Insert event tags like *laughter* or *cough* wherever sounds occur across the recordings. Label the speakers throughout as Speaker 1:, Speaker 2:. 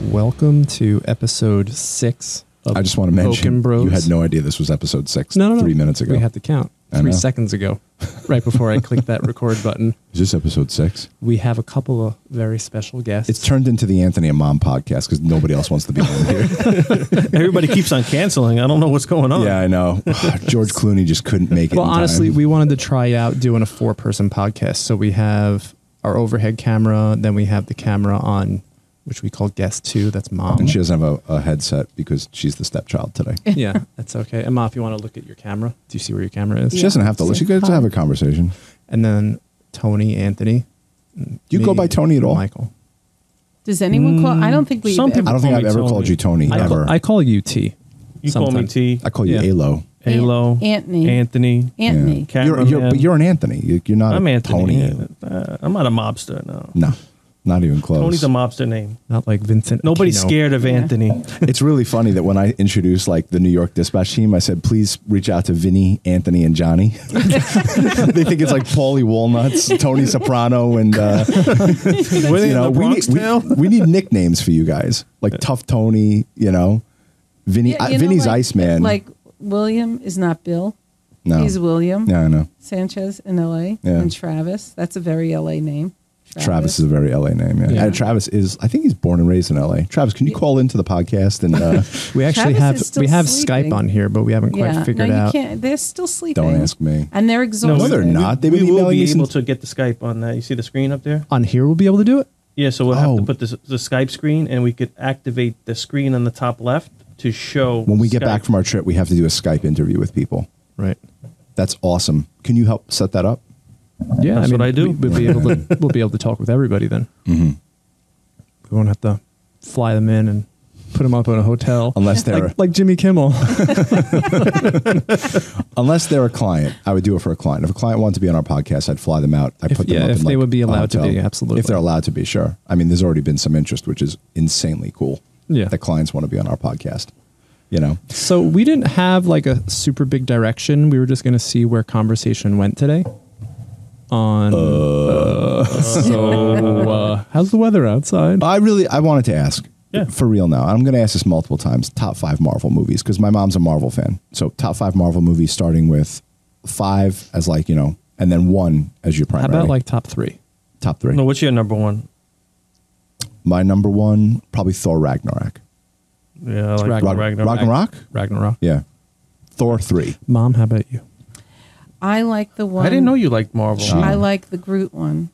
Speaker 1: welcome to episode six of
Speaker 2: I just want to mention
Speaker 1: Pokin Bros.
Speaker 2: you had no idea this was episode six.
Speaker 1: no, no, no.
Speaker 2: three minutes ago.
Speaker 1: We had to count
Speaker 2: I
Speaker 1: three
Speaker 2: know.
Speaker 1: seconds
Speaker 2: *laughs*
Speaker 1: ago, right before I clicked that record button.
Speaker 2: Is this episode six?
Speaker 1: We have a couple of very special guests.
Speaker 2: It's turned into the Anthony and Mom podcast because nobody else wants to be on
Speaker 1: *laughs*
Speaker 2: here.
Speaker 3: Everybody keeps on canceling. I don't know what's going on.
Speaker 2: yeah,
Speaker 1: *laughs*
Speaker 2: I know. *sighs* George Clooney just couldn't make it.
Speaker 1: well,
Speaker 2: in time.
Speaker 1: honestly, we wanted to try out doing a four-person podcast, so we have our overhead camera, then we have the camera on, which we call guest two. That's mom.
Speaker 2: and she doesn't have a, a headset because she's the stepchild today.
Speaker 1: *laughs* yeah, that's okay. And Ma, if you want to look at your camera, do you see where your camera is?
Speaker 2: She doesn't have to.
Speaker 4: Yeah.
Speaker 2: She gets to have a conversation.
Speaker 1: And then Tony, Anthony. Do
Speaker 2: you go by Tony at all?
Speaker 1: Michael.
Speaker 4: Does anyone call? I don't think we.
Speaker 3: Some
Speaker 2: I
Speaker 3: people-
Speaker 2: don't think
Speaker 3: Call
Speaker 2: I've
Speaker 3: me
Speaker 2: ever
Speaker 3: Tony.
Speaker 2: called you Tony
Speaker 1: I
Speaker 2: ever.
Speaker 1: call, I call you T.
Speaker 3: You call me
Speaker 1: sometimes.
Speaker 3: T.
Speaker 2: I call you
Speaker 1: Yeah.
Speaker 2: Alo.
Speaker 4: Ant-
Speaker 3: Alo.
Speaker 4: Anthony.
Speaker 3: Anthony.
Speaker 2: Yeah.
Speaker 4: Anthony.
Speaker 2: You're, you're,
Speaker 3: Cameraman.
Speaker 2: but you're an Anthony. You- You're not
Speaker 3: I'm
Speaker 2: a
Speaker 3: Anthony.
Speaker 2: Tony.
Speaker 3: Uh, I'm not a mobster. No.
Speaker 2: No, not even close.
Speaker 3: Tony's a mobster name.
Speaker 1: Not like Vincent.
Speaker 3: Nobody's
Speaker 1: Aquino.
Speaker 3: scared of
Speaker 4: *laughs*
Speaker 3: Anthony.
Speaker 2: it's really funny that when I introduced like the New York dispatch team, I said, please reach out to Vinny, Anthony, and Johnny. *laughs* they think it's like Paulie Walnuts, Tony Soprano, and
Speaker 3: *laughs*
Speaker 2: uh,
Speaker 3: you
Speaker 2: you know, we need, we, we need nicknames for you guys. Like Tough Tony, you know. Vinny
Speaker 4: Yeah,
Speaker 2: I-
Speaker 4: you know,
Speaker 2: Vinny's
Speaker 4: like-
Speaker 2: Iceman.
Speaker 4: Like William is not Bill.
Speaker 2: no.
Speaker 4: He's William
Speaker 2: Yeah, I know.
Speaker 4: Sanchez in L.A.
Speaker 2: Yeah.
Speaker 4: and Travis. That's a very L.A. name.
Speaker 2: Travis is a very LA name. Yeah.
Speaker 1: Yeah.
Speaker 2: And Travis is I think he's born and raised in LA. Travis, can you call into the podcast and
Speaker 4: *laughs*
Speaker 2: uh,
Speaker 1: We actually
Speaker 4: Travis is
Speaker 1: have
Speaker 4: still
Speaker 1: we have
Speaker 4: sleeping.
Speaker 1: Skype on here, but we haven't quite
Speaker 4: yeah.
Speaker 1: figured
Speaker 4: no, you
Speaker 1: out.
Speaker 4: can't. They're still sleeping.
Speaker 2: don't ask me.
Speaker 4: And they're exhausted.
Speaker 2: No, they're not. They've
Speaker 3: we
Speaker 2: been
Speaker 3: will
Speaker 2: emailing
Speaker 3: be
Speaker 2: me
Speaker 3: able
Speaker 2: since
Speaker 3: to get the Skype on that. You see the screen up there?
Speaker 1: On here, we'll be able to do it.
Speaker 3: Yeah. So we'll have
Speaker 2: Oh.
Speaker 3: to put this, the Skype screen, and we could activate the screen on the top left to show.
Speaker 2: when we get
Speaker 3: Skype.
Speaker 2: back from our trip, we have to do a Skype interview with people.
Speaker 1: Right.
Speaker 2: That's awesome. Can you help set that up?
Speaker 1: Yeah,
Speaker 3: That's what I do.
Speaker 1: We, we'll be able
Speaker 3: *laughs*
Speaker 1: to we'll be able to talk with everybody then.
Speaker 2: Mm-hmm.
Speaker 1: We won't have to fly them in and put them up in a hotel,
Speaker 2: Unless they're
Speaker 1: like, like Jimmy Kimmel. *laughs*
Speaker 2: unless they're a client, I would do it for a client. If a client wanted to be on our podcast, I'd fly them out. I
Speaker 1: If-
Speaker 2: put them
Speaker 1: yeah,
Speaker 2: up
Speaker 1: if
Speaker 2: in,
Speaker 1: they
Speaker 2: like,
Speaker 1: would be
Speaker 2: a
Speaker 1: allowed to
Speaker 2: hotel.
Speaker 1: be, absolutely.
Speaker 2: If they're allowed to be, sure. I mean, there's already been some interest, which is insanely cool.
Speaker 1: Yeah.
Speaker 2: that clients want to be on our podcast. You know,
Speaker 1: so we didn't have like a super big direction. We were just going to see where conversation went today. On uh, so uh, how's the weather outside?
Speaker 2: I really I wanted to ask.
Speaker 3: Yeah.
Speaker 2: For real now, I'm going to ask this multiple times. Top five Marvel movies because my mom's a Marvel fan. So top five Marvel movies, starting with five as like you know, and then one as your
Speaker 1: How
Speaker 2: primary.
Speaker 1: about like top three?
Speaker 2: top three?
Speaker 3: No, what's your number one?
Speaker 2: My number one probably Thor Ragnarok.
Speaker 3: Yeah, I like
Speaker 1: Ragnar-
Speaker 3: Ragnarok.
Speaker 2: Ragnarok. Ragnarok?
Speaker 1: Ragnarok.
Speaker 2: Yeah. Thor three.
Speaker 1: Mom, how about you?
Speaker 4: I like the one.
Speaker 3: I didn't know you liked Marvel.
Speaker 4: I like the Groot one.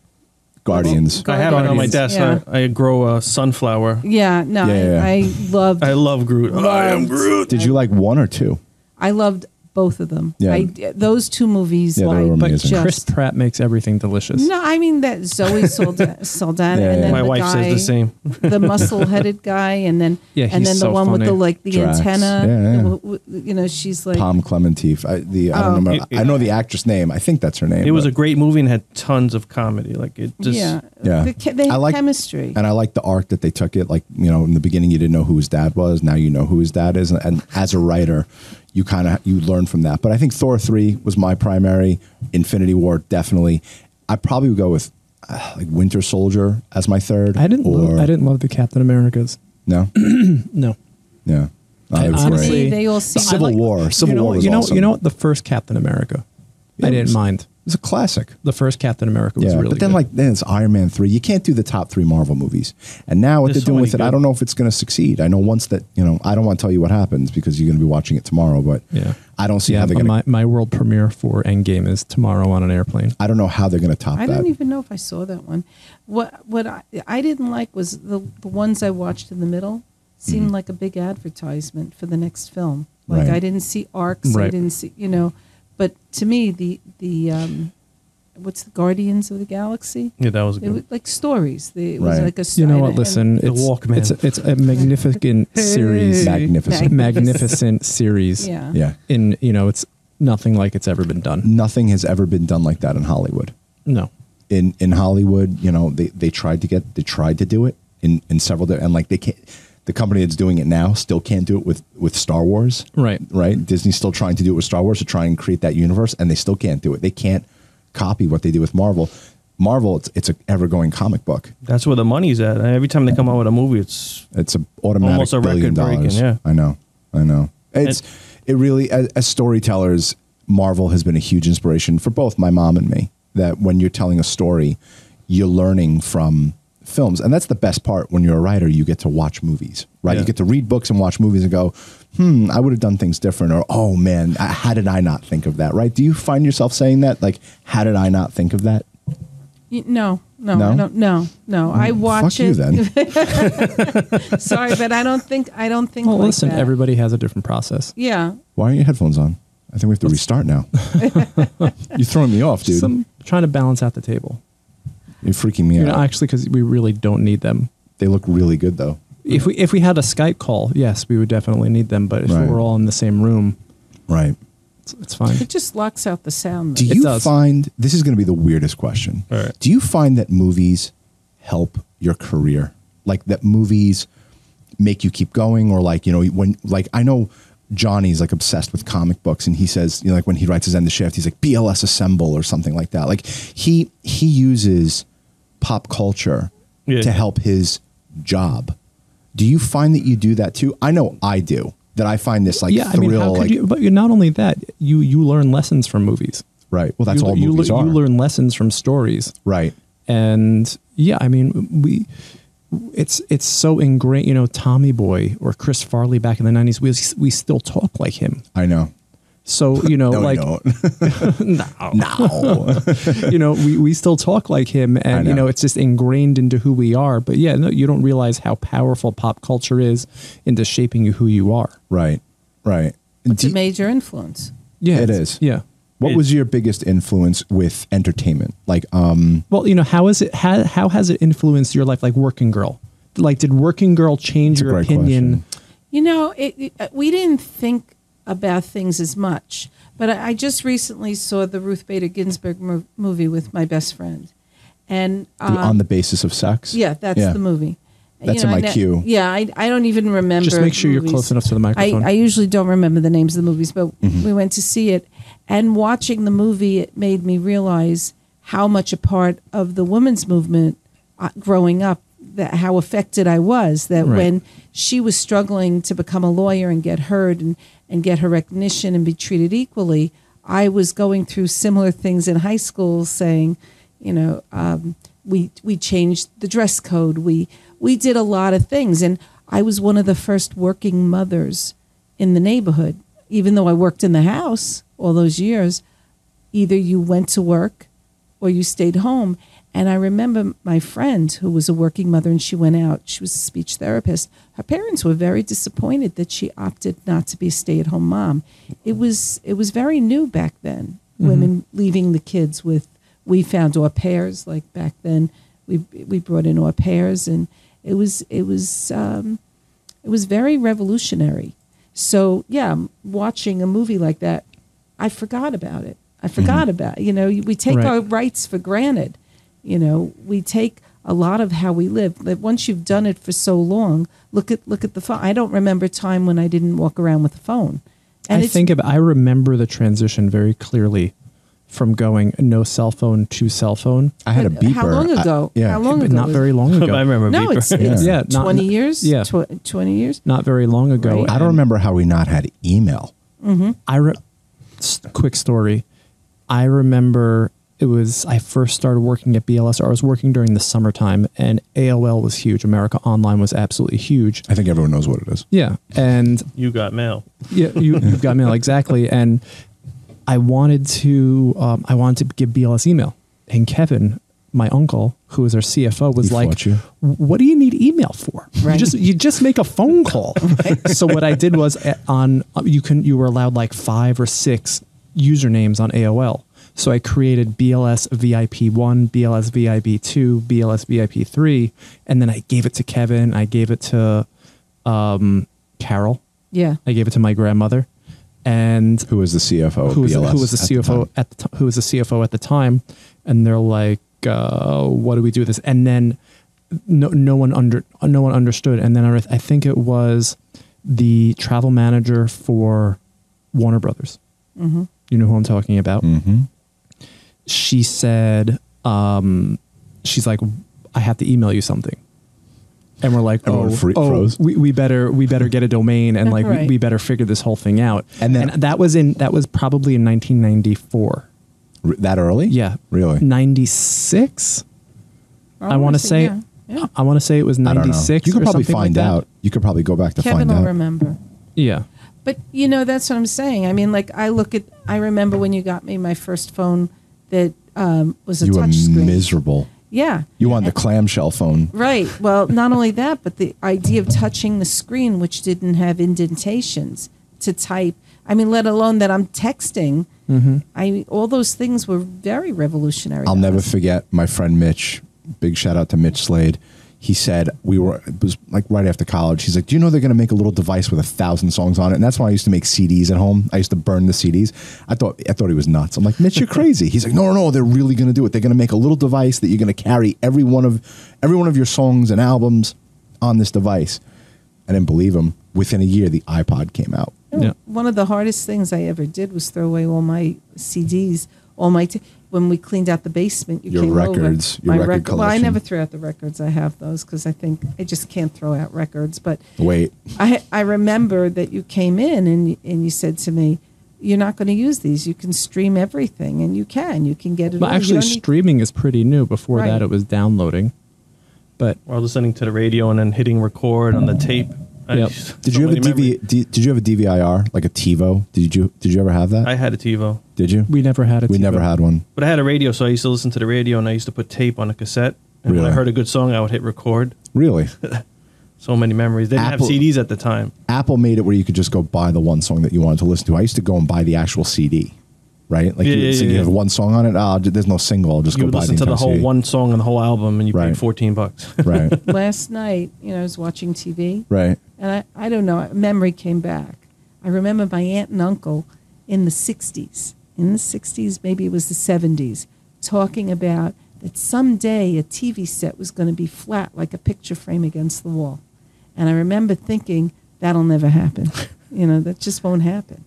Speaker 2: Guardians.
Speaker 3: I have it on my
Speaker 4: Guardians,
Speaker 3: desk.
Speaker 4: yeah.
Speaker 3: I, I grow a sunflower.
Speaker 4: Yeah. No,
Speaker 2: Yeah, yeah,
Speaker 4: I, I loved.
Speaker 3: I love Groot. Uh,
Speaker 4: loved-
Speaker 2: Did you like one or two?
Speaker 4: I loved both of them.
Speaker 2: Yeah.
Speaker 4: I, those two movies.
Speaker 2: Yeah, they
Speaker 4: like,
Speaker 2: were
Speaker 1: But
Speaker 2: Amazing.
Speaker 1: Chris
Speaker 4: just
Speaker 1: Pratt makes everything delicious.
Speaker 4: No, I mean that
Speaker 2: *laughs*
Speaker 4: Zoe Solda- Saldana,
Speaker 2: Yeah,
Speaker 4: and
Speaker 2: yeah.
Speaker 4: then
Speaker 3: My
Speaker 4: the
Speaker 3: wife
Speaker 4: guy,
Speaker 3: says the same.
Speaker 2: *laughs*
Speaker 4: the muscle-headed guy, and then
Speaker 1: Yeah,
Speaker 4: and
Speaker 1: he's
Speaker 4: then the
Speaker 1: so
Speaker 4: one with the
Speaker 1: funny.
Speaker 4: like the
Speaker 2: Drax.
Speaker 4: antenna.
Speaker 2: Yeah, yeah.
Speaker 4: w- w- You know, she's like
Speaker 2: Palm Clementif. I, the I don't
Speaker 4: Oh.
Speaker 2: remember. I know the actress name. I think that's her name.
Speaker 3: It was a
Speaker 2: but-
Speaker 3: great movie and had tons of comedy. Like it just
Speaker 4: yeah,
Speaker 2: Yeah.
Speaker 4: The che- they
Speaker 2: I
Speaker 4: have
Speaker 2: like-
Speaker 4: chemistry.
Speaker 2: and I like the arc that they took it. Like you know, in the beginning you didn't know who his dad was. Now you know who his dad is. And, and as a writer, you kind of you learn from that. But I think Thor three was my primary. Infinity War definitely. I probably would go with uh, like Winter Soldier as my third.
Speaker 1: I didn't.
Speaker 2: Or
Speaker 1: Love, I didn't love the Captain Americas.
Speaker 2: No.
Speaker 1: No.
Speaker 2: Yeah. No,
Speaker 1: I
Speaker 2: it was
Speaker 1: honestly-
Speaker 2: great.
Speaker 4: they, they all see
Speaker 2: Civil War. Civil
Speaker 1: you know,
Speaker 2: War was
Speaker 1: you know,
Speaker 2: awesome.
Speaker 1: you know what? The first Captain America,
Speaker 2: Yeah,
Speaker 1: I
Speaker 2: it
Speaker 1: didn't
Speaker 2: was-
Speaker 1: mind.
Speaker 2: It's a classic.
Speaker 1: The first Captain America was really.
Speaker 2: but then
Speaker 1: good.
Speaker 2: like then it's Iron Man three. You can't do the top three Marvel movies. And now what
Speaker 3: There's
Speaker 2: they're
Speaker 3: so
Speaker 2: doing
Speaker 3: many
Speaker 2: with it, I
Speaker 3: good-
Speaker 2: don't know if it's going to succeed. I know once that you know, I don't want to tell you what happens because you're going to be watching it tomorrow. But
Speaker 1: Yeah.
Speaker 2: I don't see
Speaker 1: yeah,
Speaker 2: how they're going. to
Speaker 1: my, my world premiere for Endgame is tomorrow on an airplane.
Speaker 2: I don't know how they're going to top
Speaker 4: I
Speaker 2: that.
Speaker 4: don't even know if I saw that one. What what I, I didn't like was the the ones I watched in the middle seemed like a big advertisement for the next film. Like
Speaker 2: Mm-hmm. Right.
Speaker 4: I didn't see arcs, I
Speaker 1: Right.
Speaker 4: didn't see you know. But to me, the the um, what's the Guardians of the Galaxy?
Speaker 3: yeah, that was
Speaker 4: It
Speaker 3: good.
Speaker 4: was like stories. The- It was
Speaker 2: Right.
Speaker 4: like a
Speaker 1: You know what?
Speaker 4: and-
Speaker 1: Listen,
Speaker 3: The
Speaker 1: it's
Speaker 3: Walkman.
Speaker 1: It's a, it's a
Speaker 4: *laughs*
Speaker 1: magnificent series,
Speaker 2: Magnificent.
Speaker 1: magnificent series.
Speaker 4: Yeah.
Speaker 2: yeah,
Speaker 1: In you know, it's nothing like it's ever been done.
Speaker 2: nothing has ever been done like that in Hollywood.
Speaker 1: No.
Speaker 2: in in Hollywood, you know, they they tried to get they tried to do it in in several di- and like they can't. The company that's doing it now still can't do it with with Star Wars,
Speaker 1: Right.
Speaker 2: Right? Disney's still trying to do it with Star Wars to try and create that universe, and they still can't do it. They can't copy what they do with Marvel. Marvel, it's it's an ever going comic book.
Speaker 3: That's where the money's at. Every time they come out with a movie, it's
Speaker 2: It's a automatic
Speaker 3: Almost a
Speaker 2: billion
Speaker 3: record-breaking,
Speaker 2: dollars.
Speaker 3: yeah.
Speaker 2: I know, I know. It's
Speaker 3: And-
Speaker 2: it really as, as storytellers, Marvel has been a huge inspiration for both my mom and me. That when you're telling a story, you're learning from films, and that's the best part. When you're a writer, you get to watch movies, right?
Speaker 3: Yeah.
Speaker 2: You get to read books and watch movies and go, "Hmm, I would have done things different," or "Oh man, I, how did I not think of that?" Right? Do you find yourself saying that, like, "How did I not think of that?"
Speaker 4: Y- No, no,
Speaker 2: No? Mm.
Speaker 4: no, no, no. I watch
Speaker 2: Hmm, Fuck you
Speaker 4: it.
Speaker 2: then.
Speaker 4: *laughs* Sorry, but I don't think I don't think.
Speaker 1: Well,
Speaker 4: like
Speaker 1: listen,
Speaker 4: that.
Speaker 1: everybody has a different process.
Speaker 4: Yeah,
Speaker 2: Why aren't your headphones on? I think we have to restart now. *laughs* You're throwing me off, dude.
Speaker 1: Some trying to balance out the table.
Speaker 2: You're freaking me
Speaker 1: You know,
Speaker 2: out.
Speaker 1: actually, because we really don't need them.
Speaker 2: they look really good though.
Speaker 1: If we if we had a Skype call, yes, we would definitely need them. But if
Speaker 2: Right.
Speaker 1: we're all in the same room,
Speaker 2: Right.
Speaker 1: it's, it's fine.
Speaker 4: it just locks out the sound.
Speaker 2: Do
Speaker 1: It
Speaker 2: you
Speaker 1: does.
Speaker 2: find this is going to be the weirdest question?
Speaker 3: All right.
Speaker 2: Do you find that movies help your career? Like that movies make you keep going, or like you know when like I know Johnny's like obsessed with comic books, and he says you know like when he writes his end of shift, he's like BLS assemble or something like that. Like he he uses pop culture
Speaker 3: Yeah.
Speaker 2: to help his job. Do you find that you do that too? I know I do. That I find this like
Speaker 1: yeah, I
Speaker 2: thrill,
Speaker 1: mean, how could
Speaker 2: like
Speaker 1: you? But not only that, you you learn lessons from movies.
Speaker 2: right. Well, that's
Speaker 1: you,
Speaker 2: all
Speaker 1: you,
Speaker 2: movies
Speaker 1: you
Speaker 2: are.
Speaker 1: learn lessons from stories.
Speaker 2: right.
Speaker 1: and yeah i mean we it's it's so ingrained you know tommy boy or chris farley back in the 90s we, we still talk like him
Speaker 2: I know. *laughs*
Speaker 1: so you know
Speaker 2: No,
Speaker 1: like
Speaker 2: you
Speaker 1: *laughs*
Speaker 2: don't. no.
Speaker 1: you know we, we still talk like him and you
Speaker 2: know.
Speaker 1: know it's just ingrained into who we are but yeah no, you don't realize how powerful pop culture is into shaping you who you are
Speaker 2: *laughs* Right. Right.
Speaker 4: It's
Speaker 2: Do-
Speaker 4: a major influence.
Speaker 1: yeah
Speaker 2: It
Speaker 1: it's-
Speaker 2: is.
Speaker 1: yeah
Speaker 2: what was your biggest influence with entertainment? Like, um,
Speaker 1: well you know how is it how, how has it influenced your life like working girl like did working girl change
Speaker 2: It's a
Speaker 1: your
Speaker 2: great
Speaker 1: opinion
Speaker 4: You know, it, it, uh, we didn't think about things as much, but I, I just recently saw the Ruth Bader Ginsburg mo- movie with my best friend, and um,
Speaker 2: on the basis of sex?
Speaker 4: yeah, that's
Speaker 2: Yeah.
Speaker 4: the movie.
Speaker 2: That's in
Speaker 4: I
Speaker 2: my
Speaker 4: ne-
Speaker 2: queue.
Speaker 4: Yeah, I, I don't even remember.
Speaker 1: just make sure you're
Speaker 4: movies.
Speaker 1: close enough to the
Speaker 4: I,
Speaker 1: microphone
Speaker 4: I usually don't remember the names of the movies, but we went to see it. And watching the movie, it made me realize how much a part of the women's movement uh, growing up, that how affected I was. That
Speaker 1: Right.
Speaker 4: when she was struggling to become a lawyer and get heard and, and get her recognition and be treated equally, I was going through similar things in high school saying, you know, um, we, we changed the dress code. We, we did a lot of things. And I was one of the first working mothers in the neighborhood. Even though I worked in the house all those years, either you went to work or you stayed home. And I remember my friend who was a working mother and she went out. She was a speech therapist. Her parents were very disappointed that she opted not to be a stay-at-home mom. It was it was very new back then. Women leaving the kids with we found au pairs like back then. We we brought in au pairs and it was it was um, it was very revolutionary. So yeah, m- watching a movie like that, I forgot about it. I forgot about you know we take
Speaker 1: Mm-hmm. Right.
Speaker 4: our rights for granted. You know we take a lot of how we live. But once you've done it for so long, look at look at the phone. I don't remember a time when I didn't walk around with a phone.
Speaker 1: I
Speaker 4: it's-
Speaker 1: think about, I remember the transition very clearly from going no cell phone to cell phone,
Speaker 2: I had a
Speaker 4: But
Speaker 2: beeper.
Speaker 4: how long
Speaker 2: I-
Speaker 4: ago?
Speaker 2: yeah.
Speaker 4: how long
Speaker 1: but
Speaker 4: ago?
Speaker 1: not
Speaker 4: was-
Speaker 1: very
Speaker 4: *laughs*
Speaker 1: long ago.
Speaker 3: *laughs* I remember.
Speaker 4: No,
Speaker 3: Beeper.
Speaker 4: it's, it's
Speaker 1: *laughs* Yeah, not-
Speaker 4: twenty years.
Speaker 1: yeah.
Speaker 4: tw- twenty years.
Speaker 1: Not very long ago.
Speaker 4: Right.
Speaker 2: I don't remember how we not had email.
Speaker 1: I re- s- quick story. I remember it was I first started working at BLS. Or I was working during the summertime, and AOL was huge. America Online was absolutely huge.
Speaker 2: I think everyone knows what it is.
Speaker 1: Yeah, and
Speaker 3: You got mail.
Speaker 1: yeah, you, you've got
Speaker 2: *laughs*
Speaker 1: mail exactly. And I wanted to, um, I wanted to give BLS email, and Kevin, my uncle, who is our CFO, was
Speaker 2: He
Speaker 1: like,
Speaker 2: fought you.
Speaker 1: "What do you need email for? You
Speaker 4: Right.
Speaker 1: just you just make a phone call." So what I did was uh, on you can you were allowed like five or six usernames on AOL. So I created BLS VIP one, BLS VIP two, BLS VIP three, and then I gave it to Kevin. I gave it to um, Carol.
Speaker 4: Yeah.
Speaker 1: I gave it to my grandmother, and
Speaker 2: Who was the CFO? of
Speaker 1: who was
Speaker 2: BLS
Speaker 1: who was the
Speaker 2: at the
Speaker 1: CFO
Speaker 2: time?
Speaker 1: at the t- who was the CFO at the time, and they're like, uh, "What do we do with this?" And then no no one under no one understood. And then I, re- I think it was the travel manager for
Speaker 4: Mm-hmm.
Speaker 2: Hmm. Mm-hmm.
Speaker 1: Warner Brothers. You know who I'm talking about. She said, um, she's like, I have to email you something. And we're like,
Speaker 2: Everyone
Speaker 1: oh,
Speaker 2: fre-
Speaker 1: oh,
Speaker 2: froze.
Speaker 1: we, we better we better get a domain and like we,
Speaker 4: Right.
Speaker 1: we better figure this whole thing out.
Speaker 2: And then-
Speaker 1: that was in that was probably in 1994.
Speaker 2: R- that early?
Speaker 1: Yeah,
Speaker 2: Really?
Speaker 1: 96. I want to
Speaker 4: Almost a
Speaker 1: say,
Speaker 4: year. Yeah.
Speaker 1: I want to say it was
Speaker 2: I don't know.
Speaker 1: 96.
Speaker 2: You could
Speaker 1: or
Speaker 2: probably
Speaker 1: something like
Speaker 2: find
Speaker 1: that.
Speaker 2: out. You could probably go back to
Speaker 4: Kevin
Speaker 2: find
Speaker 4: will
Speaker 2: out.
Speaker 4: remember.
Speaker 1: Yeah,
Speaker 4: But you know, that's what I'm saying. I mean, like I look at, I remember when you got me my first phone that um, was a
Speaker 2: you were
Speaker 4: touch screen.
Speaker 2: miserable.
Speaker 4: yeah.
Speaker 2: You wanted the clamshell phone.
Speaker 4: Right. Well, not only that, but the idea of touching the screen, which didn't have indentations to type. I mean, let alone that I'm texting. I all those things were very revolutionary.
Speaker 2: Mm-hmm. I'll
Speaker 4: to
Speaker 2: never
Speaker 4: us.
Speaker 2: forget my friend Mitch. Big shout out to Mitch Slade. He said we were it was like right after college. He's like, "Do you know they're going to make a little device with a thousand songs on it?" And that's why I used to make CDs at home. I used to burn the CDs. I thought I thought he was nuts. I'm like, "Mitch, you're crazy." He's like, "No, no, no. They're really going to do it. They're going to make a little device that you're going to carry every one of every one of your songs and albums on this device." I didn't believe him. Within a year, the iPod came out.
Speaker 1: yeah.
Speaker 4: One of the hardest things I ever did was throw away all my CDs, all my t- when we cleaned out the basement. You
Speaker 2: Your
Speaker 4: came
Speaker 2: records,
Speaker 4: over.
Speaker 2: your
Speaker 4: my
Speaker 2: record
Speaker 4: record. Well, I
Speaker 2: collection.
Speaker 4: never threw out the records. I have those because I think I just can't throw out records. But
Speaker 2: Wait,
Speaker 4: I I remember that you came in and and you said to me, "You're not going to use these. You can stream everything, and you can. You can get it.
Speaker 1: But
Speaker 4: all. You
Speaker 1: actually,
Speaker 4: don't need-
Speaker 1: streaming is pretty new. Before
Speaker 4: Right.
Speaker 1: that, it was downloading. But
Speaker 3: Or listening to the radio and then hitting record on the tape. I-
Speaker 1: Yep.
Speaker 3: so
Speaker 2: did you have a
Speaker 3: many memories.
Speaker 2: DV, did, did you have a DVIR like a TiVo? Did you did you ever have that?
Speaker 3: I had a TiVo,
Speaker 2: did you?
Speaker 1: we never had it.
Speaker 2: We never had one.
Speaker 3: but I had a radio, so I used to listen to the radio and I used to put tape on a cassette. And when I
Speaker 2: Really?
Speaker 3: heard a good song, I would hit record.
Speaker 2: Really?
Speaker 3: So many memories. They didn't
Speaker 2: Apple-
Speaker 3: have CDs at the time.
Speaker 2: *laughs* Apple made it where you could just go buy the one song that you wanted to listen to. I used to go and buy the actual CD, right? Like
Speaker 3: Yeah,
Speaker 2: you,
Speaker 3: yeah,
Speaker 2: so
Speaker 3: yeah,
Speaker 2: you
Speaker 3: yeah.
Speaker 2: have one song on it. Ah, j- there's no single. I'll just
Speaker 3: You
Speaker 2: go
Speaker 3: would
Speaker 2: buy
Speaker 3: listen to
Speaker 2: the
Speaker 3: the
Speaker 2: entire
Speaker 3: whole
Speaker 2: CD.
Speaker 3: one song and the whole album, and you
Speaker 2: Right.
Speaker 3: paid fourteen bucks.
Speaker 2: *laughs*
Speaker 3: *laughs*
Speaker 2: Right,
Speaker 4: *laughs* Last night, you know, I was watching TV,
Speaker 2: right.
Speaker 4: and I I don't know. Memory came back. I remember my aunt and uncle in the '60s, in the '60s, maybe it was the '70s, talking about that someday a TV set was going to be flat like a picture frame against the wall, and I remember thinking that'll never happen.
Speaker 2: *laughs*
Speaker 4: you know, that just won't happen.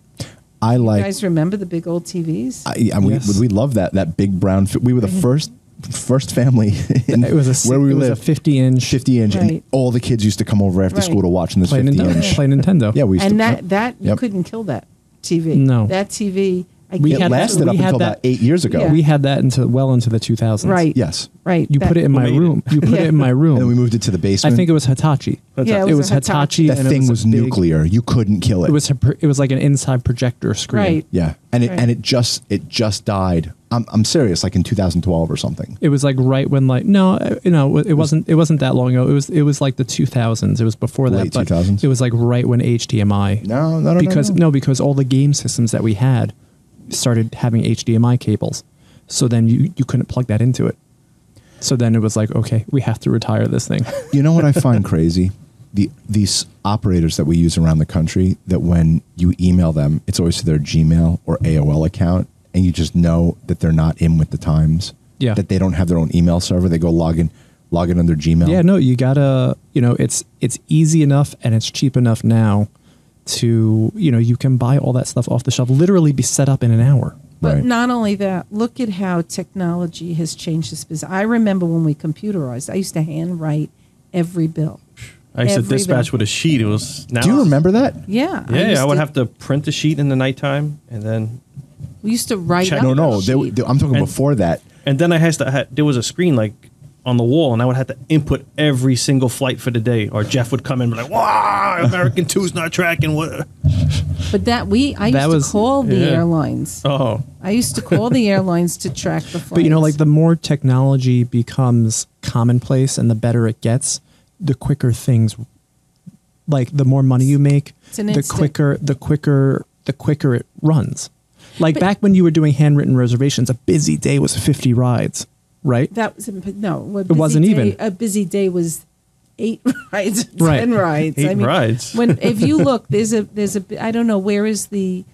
Speaker 2: I
Speaker 4: You
Speaker 2: like.
Speaker 4: guys remember the big old TVs?
Speaker 2: I, and we
Speaker 1: Yes.
Speaker 2: we love that that big brown. fi- We were the first first family. *laughs* In
Speaker 1: It was a si-
Speaker 2: where we
Speaker 1: it was a
Speaker 2: lived.
Speaker 1: 50 inch
Speaker 2: 50 inch, and
Speaker 4: Right.
Speaker 2: all the kids used to come over after
Speaker 4: Right.
Speaker 2: school to watch in this
Speaker 1: play
Speaker 2: 50
Speaker 1: Nintendo.
Speaker 2: inch.
Speaker 1: play Nintendo.
Speaker 2: Yeah, we used
Speaker 4: and
Speaker 2: to.
Speaker 4: that that you
Speaker 2: Yep.
Speaker 4: couldn't kill that TV.
Speaker 1: No.
Speaker 4: that TV. I
Speaker 1: We
Speaker 4: can't-
Speaker 2: it
Speaker 1: had-
Speaker 2: lasted
Speaker 1: we
Speaker 2: up
Speaker 1: had
Speaker 2: until
Speaker 1: that-
Speaker 2: about eight years ago.
Speaker 4: Yeah.
Speaker 1: we had that into well into the 2000s.
Speaker 4: right.
Speaker 2: Yes,
Speaker 4: right.
Speaker 1: You
Speaker 4: that-
Speaker 1: put it in my
Speaker 3: made it?
Speaker 1: room. You put it in my room.
Speaker 2: and then we moved it to the basement.
Speaker 1: Oh. I think it was Hitachi.
Speaker 4: Yeah, it was a Hitachi.
Speaker 1: Hitachi.
Speaker 2: that
Speaker 1: and it
Speaker 2: thing
Speaker 1: a
Speaker 2: was,
Speaker 1: big-
Speaker 2: nuclear. You couldn't kill it.
Speaker 1: It was a, pr- it was like an inside projector screen.
Speaker 4: Right.
Speaker 2: Yeah, and it
Speaker 4: Right.
Speaker 2: and it just it just died. I'm I'm serious, like in 2012 or something.
Speaker 1: It was like right when like no, uh, you know, it wasn't it wasn't that long ago. It was it was like the 2000s. It was before that.
Speaker 2: Late
Speaker 1: but
Speaker 2: 2000s?
Speaker 1: It was like right when HDMI.
Speaker 2: No, no, no,
Speaker 1: because
Speaker 2: no,
Speaker 1: no.
Speaker 2: no.
Speaker 1: because all the game systems that we had started having HDMI cables. So then you you couldn't plug that into it. So then it was like, okay, we have to retire this
Speaker 2: *laughs*
Speaker 1: thing. *laughs*
Speaker 2: You know what I find crazy? The these operators that we use around the country that when you email them, it's always to their Gmail or AOL account, and you just know that they're not in with the times.
Speaker 1: Yeah.
Speaker 2: that they don't have their own email server. They go log in, log in under Gmail.
Speaker 1: Yeah, no, you gotta, you know, it's it's easy enough and it's cheap enough now to, you know, you can buy all that stuff off the shelf, literally be set up in an hour.
Speaker 4: But
Speaker 2: Right.
Speaker 4: not only that, look at how technology has changed this business. I remember when we computerized. I used to handwrite every bill.
Speaker 3: I used to
Speaker 4: Every
Speaker 3: dispatch
Speaker 4: bill.
Speaker 3: with a sheet. It was now.
Speaker 2: Do you remember that?
Speaker 4: Yeah.
Speaker 3: Yeah,
Speaker 4: used
Speaker 3: I, would
Speaker 4: to,
Speaker 3: have to print the sheet in the nighttime, and then
Speaker 4: We used to write.
Speaker 3: Check-
Speaker 4: up
Speaker 2: No,
Speaker 4: the
Speaker 2: no. They,
Speaker 4: sheet.
Speaker 2: they, I'm talking
Speaker 3: And-
Speaker 2: before that.
Speaker 3: and then I had to. I had, there was a screen like on the wall, and I would have to input every single flight for the day, or Jeff would come in and be like, "Wow, American *laughs* Two's not tracking." What?
Speaker 4: but that we, I used
Speaker 1: That was-
Speaker 4: to call the
Speaker 3: yeah.
Speaker 4: airlines.
Speaker 3: Oh,
Speaker 4: I used to call the airlines to track the flights.
Speaker 1: But you know, like the more technology becomes commonplace and the better it gets, the quicker things like the more money you make,
Speaker 4: It's an
Speaker 1: the
Speaker 4: instant.
Speaker 1: quicker the quicker the quicker it runs. Like back when you were doing handwritten reservations, a busy day was 50 rides, right?
Speaker 4: that was no. It
Speaker 1: wasn't even.
Speaker 4: A busy day was eight *laughs* rides,
Speaker 1: Right.
Speaker 4: ten rides.
Speaker 3: Eight rides.
Speaker 4: When if you look, there's a there's a I don't know where is the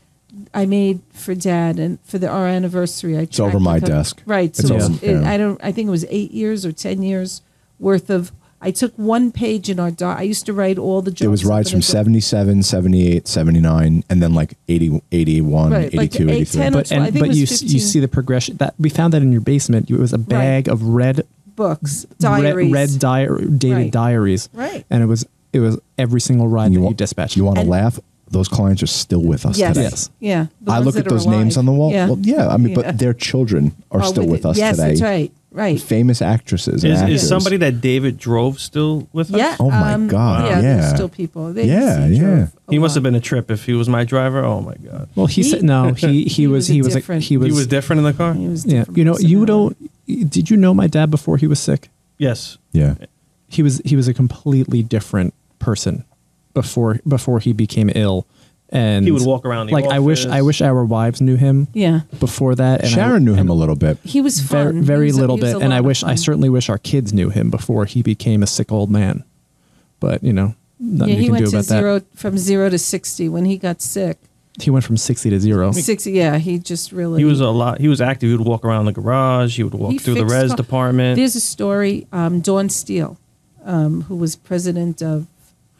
Speaker 4: I made for dad and for the our anniversary. I it's
Speaker 2: over my desk.
Speaker 4: Right. So
Speaker 2: It's
Speaker 4: it's-
Speaker 2: over-
Speaker 4: it-
Speaker 2: yeah.
Speaker 4: I don't. I think it was eight years or ten years worth of. I took one page in our doc. I used to write all the jokes.
Speaker 2: It was
Speaker 4: up
Speaker 2: rides
Speaker 4: in
Speaker 2: from
Speaker 4: a doc-
Speaker 2: 77, 78, 79, and then like 80, 81,
Speaker 4: Right,
Speaker 2: 82,
Speaker 4: like 8,
Speaker 2: 83.
Speaker 4: 10
Speaker 1: But
Speaker 4: That's why I
Speaker 1: and,
Speaker 4: think it
Speaker 1: but
Speaker 4: was
Speaker 1: you s- you
Speaker 4: 15.
Speaker 1: see the progression that we found that in your basement. You- It was a bag of red
Speaker 4: books,
Speaker 1: red,
Speaker 4: diaries.
Speaker 1: red diary dated
Speaker 4: Right.
Speaker 1: diaries.
Speaker 4: Right.
Speaker 1: And it was it was every single ride that you dispatched.
Speaker 2: You want to
Speaker 4: And-
Speaker 2: laugh? Those clients are still with us
Speaker 4: yes.
Speaker 2: today.
Speaker 1: Yes.
Speaker 4: Yeah. the
Speaker 2: I
Speaker 4: ones
Speaker 2: look at
Speaker 4: that are
Speaker 2: those names
Speaker 4: alive.
Speaker 2: on the wall.
Speaker 4: Yeah.
Speaker 2: Well, yeah, I mean,
Speaker 4: Yeah.
Speaker 2: but their children are
Speaker 4: Are
Speaker 2: still with,
Speaker 4: it.
Speaker 2: us
Speaker 4: yes,
Speaker 2: today.
Speaker 4: that's right. Right.
Speaker 2: Famous actresses and
Speaker 3: Is,
Speaker 2: actors.
Speaker 3: is somebody that David drove still with us?
Speaker 4: Yeah. um,
Speaker 2: Oh my God,
Speaker 4: Yeah, there's
Speaker 2: yeah.
Speaker 4: still people. They
Speaker 2: Yeah,
Speaker 4: used to
Speaker 2: yeah.
Speaker 4: drove a
Speaker 3: He must
Speaker 4: lot.
Speaker 3: have been a trip if he was my driver. Oh my god.
Speaker 1: well, he,
Speaker 4: He-
Speaker 1: said no.
Speaker 4: *laughs*
Speaker 1: He he, was he
Speaker 4: was
Speaker 1: was,
Speaker 4: a
Speaker 1: a,
Speaker 4: different-
Speaker 1: he was
Speaker 3: He was different in the car?
Speaker 4: He was
Speaker 1: yeah.
Speaker 4: different
Speaker 1: You know you
Speaker 4: personality.
Speaker 1: don't. Did you know my dad before he was sick?
Speaker 3: Yes.
Speaker 2: Yeah.
Speaker 1: he was he was a completely different person before before he became ill and
Speaker 3: He would walk around the
Speaker 1: like i wish
Speaker 3: office.
Speaker 1: i wish our wives knew him
Speaker 4: Yeah.
Speaker 1: before that and I-
Speaker 2: Sharon knew him a little bit.
Speaker 4: He was fun.
Speaker 1: very,
Speaker 4: He
Speaker 1: very
Speaker 4: was a-
Speaker 1: little
Speaker 4: he was a
Speaker 1: bit and
Speaker 4: lot
Speaker 1: i
Speaker 4: of
Speaker 1: wish i
Speaker 4: fun.
Speaker 1: certainly wish our kids knew him before he became a sick old man but you know nothing
Speaker 4: Yeah,
Speaker 1: you
Speaker 4: he
Speaker 1: can
Speaker 4: went
Speaker 1: do
Speaker 4: to
Speaker 1: about
Speaker 4: zero from zero to sixty when he got sick.
Speaker 1: that he went from 60 to 0
Speaker 4: Sixty, yeah, he just really
Speaker 3: He was a lot. He was active. He would walk around the garage. He would walk
Speaker 4: He
Speaker 3: through the
Speaker 4: fixed
Speaker 3: res
Speaker 4: car-
Speaker 3: department.
Speaker 4: There's a story. Um, Dawn Steele, um, who was president of,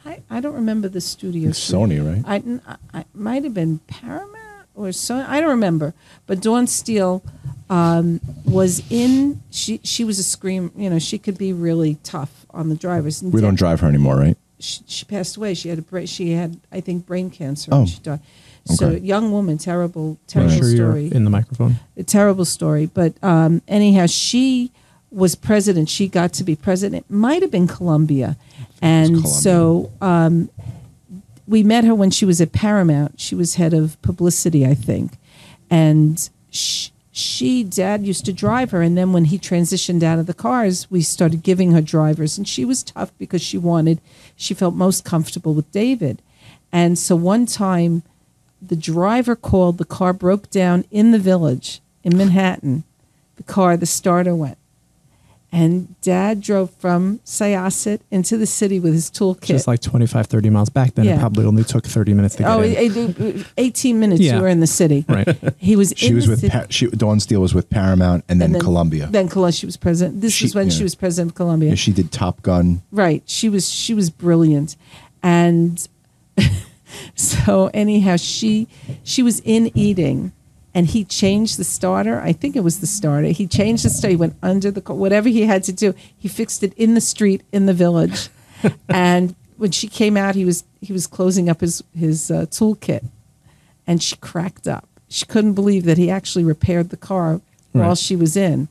Speaker 4: I, I don't remember the studio.
Speaker 2: It's Sony, right?
Speaker 4: I, I, I might have been Paramount or so. I don't remember. But Dawn Steele um, was in. She she was a scream. You know, she could be really tough on the drivers. And
Speaker 2: We don't
Speaker 4: did-
Speaker 2: drive her anymore, right?
Speaker 4: she, she passed away. She had a bra- she had I think brain cancer. and
Speaker 2: Oh.
Speaker 4: she died. So
Speaker 2: Okay.
Speaker 4: young woman, terrible,
Speaker 1: i'm
Speaker 4: terrible
Speaker 1: sure you're
Speaker 4: story
Speaker 1: in the microphone
Speaker 4: a terrible story. But um, anyhow, she was president. She got to be president. It Might have been Columbia, and
Speaker 2: Columbia.
Speaker 4: so um, we met her when she was at Paramount. She was head of publicity, I think, and she, she dad used to drive her. And then when he transitioned out of the cars, we started giving her drivers, and she was tough because she wanted, she felt most comfortable with David, and so one time the driver called the car broke down in the village in manhattan the car the starter went and dad drove from syosset into the city with his toolkit
Speaker 1: just like 25 30 miles back then it
Speaker 4: Yeah.
Speaker 1: probably only took 30 minutes to get
Speaker 4: oh
Speaker 1: in.
Speaker 4: it- it- 18 minutes
Speaker 1: Yeah.
Speaker 4: you were in the city *laughs*
Speaker 1: Right.
Speaker 4: he was
Speaker 2: She
Speaker 4: in
Speaker 2: was
Speaker 4: the
Speaker 2: with
Speaker 4: city,
Speaker 2: pa- she, Dawn Steele was with Paramount and then, Columbia.
Speaker 4: then columbia she was president this
Speaker 2: She-
Speaker 4: was when
Speaker 2: yeah.
Speaker 4: she was president of columbia
Speaker 2: Yeah, she did Top Gun.
Speaker 4: Right. She was she was brilliant. And *laughs* so anyhow, she she was in eating and he changed the starter. I think it was the starter. He changed the starter. He went under the co- whatever he had to do. He fixed it in the street in the village. and when she came out, he was he was closing up his his uh, toolkit and she cracked up. She couldn't believe that he actually repaired the car while
Speaker 1: Right.
Speaker 4: she was in,